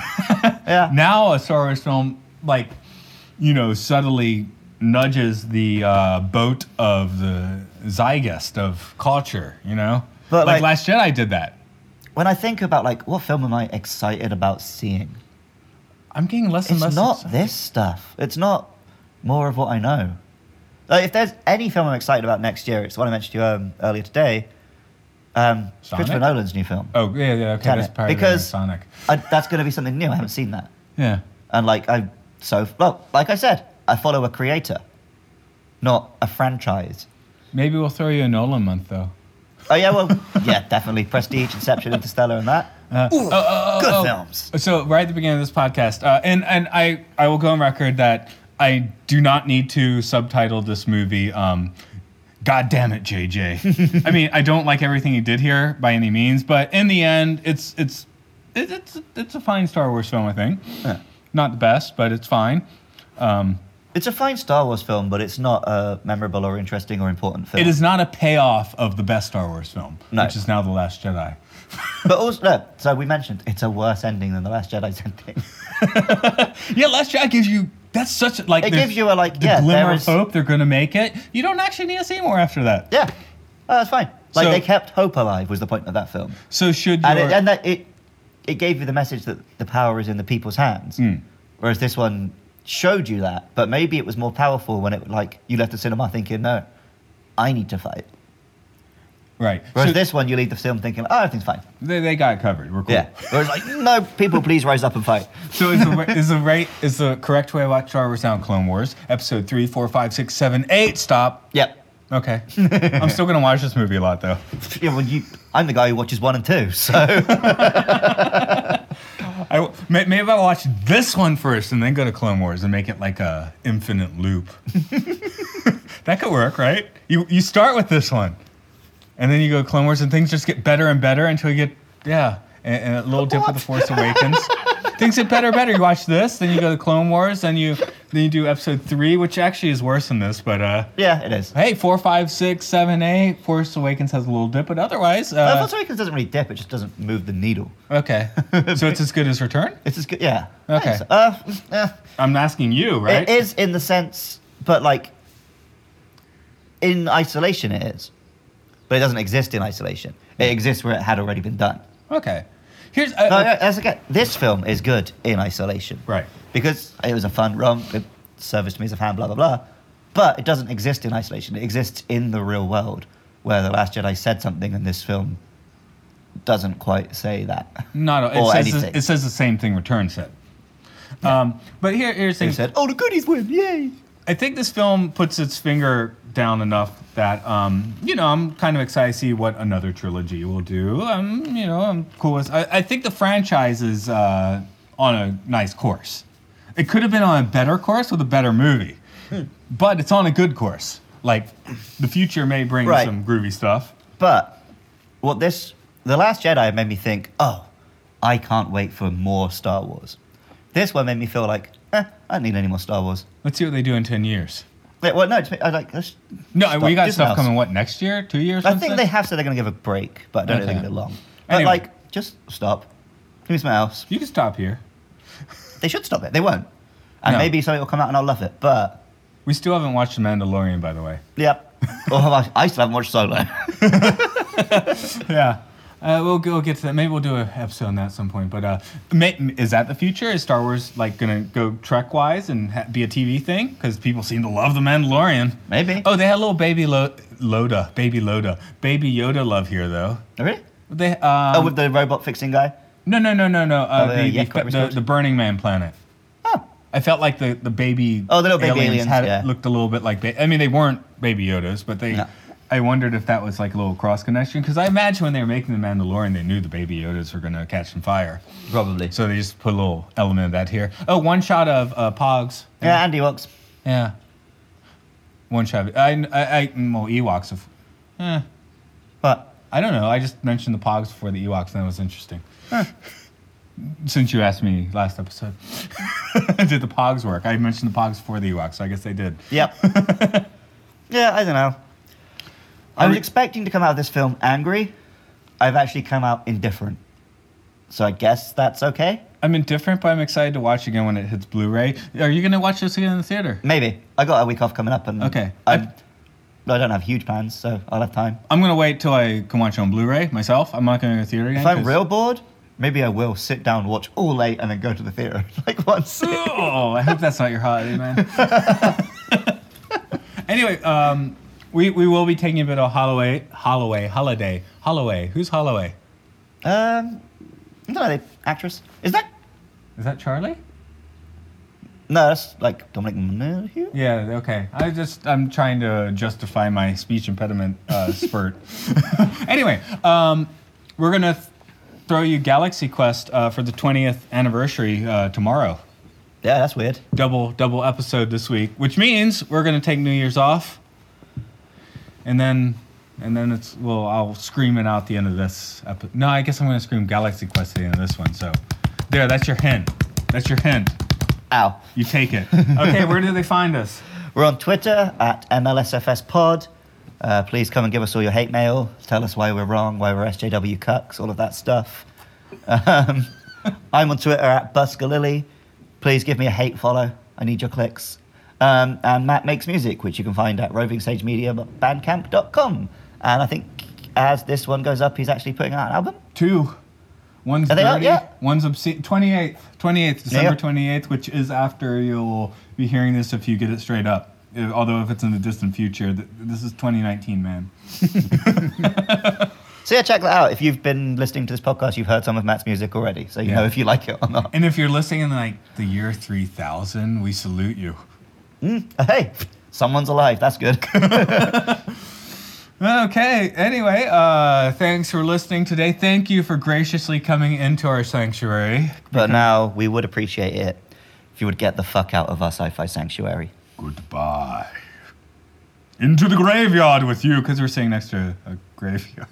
S3: yeah,
S4: Now a Star Wars film, like, you know, subtly nudges the uh, boat of the zeitgeist of culture. You know,
S3: But,
S4: like
S3: like-
S4: Last Jedi did that.
S3: when I think about like, what film am I excited about seeing?
S4: I'm getting less and
S3: It's
S4: less.
S3: not
S4: excited.
S3: this stuff. It's not more of what I know. Like, if there's any film I'm excited about next year, it's the one I mentioned to you um, earlier today. Um,
S4: Sonic?
S3: Christopher Nolan's new film.
S4: Oh yeah, yeah, okay,
S3: Tenet.
S4: that's part
S3: because
S4: of the Sonic.
S3: I, that's going to be something new. I haven't seen that.
S4: Yeah,
S3: And like I, so well, like I said, I follow a creator, not a franchise.
S4: maybe we'll throw you a Nolan month though.
S3: Oh yeah, well, yeah, definitely Prestige, Inception, Interstellar, and that.
S4: Uh, oh,
S3: Ooh, good films.
S4: So right at the beginning of this podcast, uh, and and I I will go on record that I do not need to subtitle this movie. Um, God damn it, JJ. I mean, I don't like everything he did here by any means, but in the end, it's it's it, it's it's a fine Star Wars film. I think not the best, but it's fine. Um,
S3: It's a fine Star Wars film, but it's not a memorable or interesting or important film.
S4: it is not a payoff of the best Star Wars film,
S3: No.
S4: which is now The Last Jedi.
S3: But also, no, so we mentioned it's a worse ending than the Last Jedi's ending.
S4: Yeah, Last Jedi gives you that's such a- like
S3: It
S4: the-
S3: gives you a, like,
S4: the
S3: yeah,
S4: glimmer
S3: there
S4: of
S3: is-
S4: hope they're gonna make it. You don't actually need to see more after that.
S3: yeah, oh, that's fine. Like
S4: So-
S3: they kept hope alive was the point of that film,
S4: So should your,
S3: and it, and that it it gave you the message that the power is in the people's hands,
S4: Hmm.
S3: whereas this one showed you that. But maybe it was more powerful when it like you left the cinema thinking, no, I need to fight.
S4: right?
S3: Whereas
S4: so
S3: this one, you leave the film thinking, oh, everything's fine.
S4: they, they got it covered. We're cool.
S3: Yeah. Whereas like, no, people, please rise up and fight.
S4: So is the is the right is the correct way to watch Star Wars now? Clone Wars episode three, four, five, six, seven, eight. Stop.
S3: Yep.
S4: Okay. I'm still gonna watch this movie a lot though.
S3: Yeah, well, you, I'm the guy who watches one and two, so
S4: I w- may- maybe I'll watch this one first and then go to Clone Wars and make it like a infinite loop. that could work, right? You you start with this one, and then you go Clone Wars, and things just get better and better until you get yeah, and, and a little dip with the Force Awakens. things get better and better. You watch this, then you go to Clone Wars, then you then you do Episode three, which actually is worse than this, but uh.
S3: yeah, it is.
S4: Hey, four, five, six, seven, eight. Force Awakens has a little dip, but otherwise,
S3: Uh,
S4: uh,
S3: Force Awakens doesn't really dip; it just doesn't move the needle.
S4: okay. So it's as good as Return.
S3: It's as good, yeah.
S4: Okay.
S3: Thanks. Uh, eh,
S4: I'm asking you, right?
S3: It is in the sense, but like in isolation, it is. But it doesn't exist in isolation. It exists where it had already been done.
S4: Okay. Here's uh,
S3: No, no, that's okay. This film is good in isolation,
S4: Right.
S3: Because it was a fun romp. It serviced me as a fan. Blah blah blah. But it doesn't exist in isolation. It exists in the real world, where the Last Jedi said something, and this film doesn't quite say that.
S4: not a, it
S3: or
S4: says
S3: anything.
S4: The, it says the same thing return said. Um, but here here's the
S3: They
S4: thing.
S3: said, "Oh, the goodies win! Yay!"
S4: I think this film puts its finger down enough that um, you know I'm kind of excited to see what another trilogy will do. Um, you know, I'm cool with. I, I think the franchise is uh, on a nice course. It could have been on a better course with a better movie,
S3: Hmm.
S4: but it's on a good course. Like the future may bring
S3: Right.
S4: some groovy stuff.
S3: But what this, The Last Jedi made me think, oh, I can't wait for more Star Wars. This one made me feel like, eh, I don't need any more Star Wars.
S4: Let's see what they do in ten years.
S3: Yeah, well, no, it's, I like this.
S4: No, we got
S3: Disney
S4: stuff
S3: House.
S4: coming. What next year? Two years?
S3: I think
S4: something?
S3: they have said they're going to give a break, but I don't
S4: Okay.
S3: think they're long. But
S4: Anyway.
S3: like, just stop. Who's my else?
S4: You can stop here.
S3: They should stop it. They won't. And
S4: No.
S3: maybe something will come out and I'll love it. But
S4: We still haven't watched The Mandalorian, by the way.
S3: yep. or have I, I still haven't watched Solo.
S4: Yeah. Uh, we'll, go- we'll get to that. Maybe we'll do an episode on that at some point. But uh, may, is that the future? Is Star Wars like gonna go Trek wise and ha- be a TV thing? Because people seem to love The Mandalorian.
S3: Maybe.
S4: Oh, they had little baby Lo- Loda, baby Loda, baby Yoda love here though.
S3: really?
S4: They um,
S3: Oh, with the robot fixing guy.
S4: no no no no no uh,
S3: Oh, the
S4: the, the,
S3: Yavin
S4: fe- the,
S3: restored?
S4: the Burning Man planet.
S3: Oh,
S4: I felt like the, the baby
S3: Oh, the little baby aliens,
S4: had
S3: yeah.
S4: looked a little bit like ba- I mean they weren't baby Yodas, but they
S3: No.
S4: I wondered if that was like a little cross connection because I imagine when they were making the Mandalorian they knew the baby Yodas were going to catch some fire,
S3: probably.
S4: so they just put a little element of that here. Oh, one shot of uh, Pogs.
S3: yeah, Andy Wox.
S4: yeah. One shot. Of, I, I I well Ewoks. Of, eh,
S3: But
S4: I don't know. I just mentioned the Pogs before the Ewoks, and that was interesting. Since you asked me last episode, did the Pogs work? I mentioned the Pogs before the Ewoks, so I guess they did.
S3: Yep. yeah, I don't know. I
S4: I
S3: was
S4: re-
S3: expecting to come out of this film angry. I've actually come out indifferent. So I guess that's okay.
S4: I'm indifferent, but I'm excited to watch again when it hits Blu-ray. Are you going to watch this again in the theater?
S3: Maybe. I got a week off coming up and
S4: Okay.
S3: I'm, I don't have huge plans, so I'll have time.
S4: I'm going to wait till I can watch it on Blu-ray myself. I'm not going to the theater again.
S3: If I'm
S4: 'cause-
S3: real bored, maybe I will sit down, watch all eight, and then go to the theater like once. Um,
S4: oh, I hope that's not your holiday, man. anyway, um, we, we will be taking a bit of Holloway, Holloway, Holiday, Holloway. Who's Holloway?
S3: Um, I don't know, the actress. Is that?
S4: Is that Charlie?
S3: No, that's like Dominic Monaghan.
S4: Yeah. Okay. I just I'm trying to justify my speech impediment uh, spurt. anyway, um, we're gonna th- throw you Galaxy Quest uh, for the 20th anniversary uh, tomorrow.
S3: Yeah, that's weird.
S4: Double double episode this week, which means we're gonna take New Year's off, and then and then it's well I'll scream it out the end of this. Epi- no, I guess I'm gonna scream Galaxy Quest at the end of this one. So there, that's your hint. That's your hint.
S3: Ow.
S4: You take it. Okay, where do they find us?
S3: We're on Twitter at MLSFS Pod. Uh, please come and give us all your hate mail. Tell us why we're wrong, why we're SJW cucks, all of that stuff. Um, I'm on Twitter at Buscalilly. Please give me a hate follow. I need your clicks. Um, and Matt makes music, which you can find at rovingsagemedia.bandcamp.com. And I think as this one goes up, he's actually putting out an album.
S4: Two. One's
S3: Are they out
S4: dirty.
S3: yet?
S4: One's obscene. 28th. 28th,
S3: Yeah, yeah.
S4: December 28th, which is after you'll be hearing this if you get it straight up. Uh, Although, if it's in the distant future, th- this is 2019, man.
S3: So yeah, check that out. If you've been listening to this podcast, you've heard some of Matt's music already. So you
S4: Yeah.
S3: know if you like it or not.
S4: And if you're listening in like the year 3000, we salute you.
S3: Hey, someone's alive. That's good.
S4: Okay, anyway, uh, thanks for listening today. Thank you for graciously coming into our sanctuary.
S3: But now we would appreciate it if you would get the fuck out of our sci fi sanctuary.
S4: Goodbye. Into the graveyard with you, because we're sitting next to a graveyard.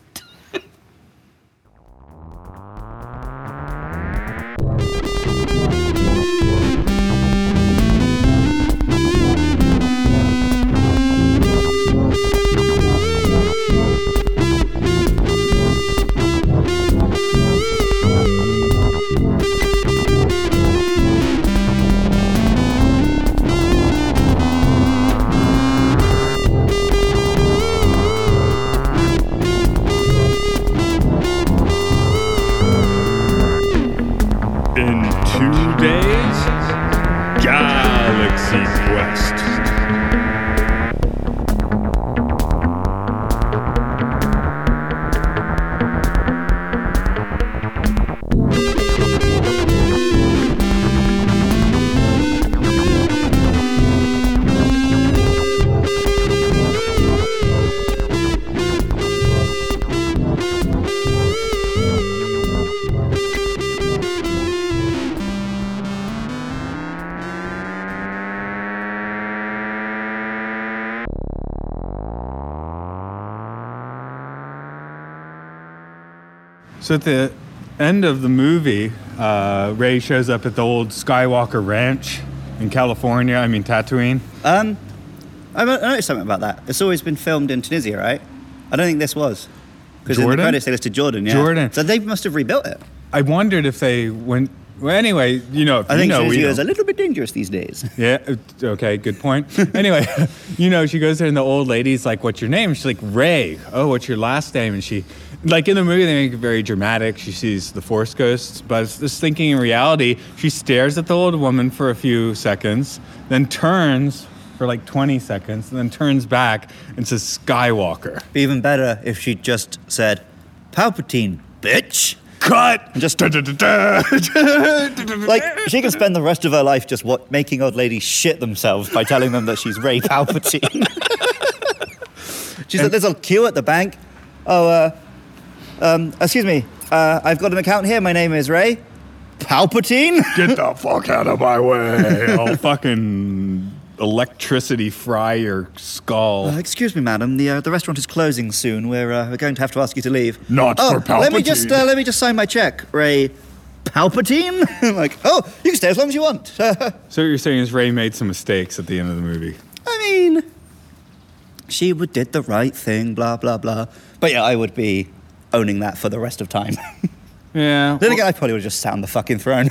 S4: So at the end of the movie, uh, Ray shows up at the old Skywalker Ranch in California. I mean Tatooine.
S3: Um, I mo- I noticed something about that. It's always been filmed in Tunisia, right? I don't think this was. Because in the
S4: Jordan?
S3: credits they listed Jordan, yeah.
S4: Jordan.
S3: So they must have rebuilt it.
S4: I wondered if they went. Well, anyway, you know, if
S3: I
S4: you
S3: think
S4: know, we
S3: Tunisia
S4: know.
S3: is a little bit dangerous these days.
S4: Yeah. uh, Okay. Good point. anyway, you know, she goes there, and the old lady's like, "What's your name?" She's like, "Ray." Oh, what's your last name? And she, like in the movie, they make it very dramatic. She sees the Force ghosts, but I was just thinking in reality, she stares at the old woman for a few seconds, then turns for like 20 seconds, and then turns back and says, "Skywalker."
S3: Be even better if she just said, Palpatine, bitch.
S4: Cut.
S3: And just
S4: like
S3: like she can spend the rest of her life just what making old ladies shit themselves by telling them that she's Ray Palpatine. she's like, there's a queue at the bank. Oh, uh, um, excuse me. Uh, I've got an account here. My name is Ray Palpatine.
S4: Get the fuck out of my way. I'll fucking electricity fry your skull.
S3: Uh, excuse me, madam. The uh, the restaurant is closing soon. We're uh, we're going to have to ask you to leave.
S4: Not
S3: oh,
S4: for
S3: Let me just
S4: Palpatine.
S3: uh, let me just sign my check, Ray. Palpatine? I'm like, oh, you can stay as long as you want.
S4: So what you're saying is Ray made some mistakes at the end of the movie.
S3: I mean, she would did the right thing, blah blah blah. But yeah, I would be owning that for the rest of time.
S4: Yeah.
S3: then again, I probably would have just sat on the fucking throne.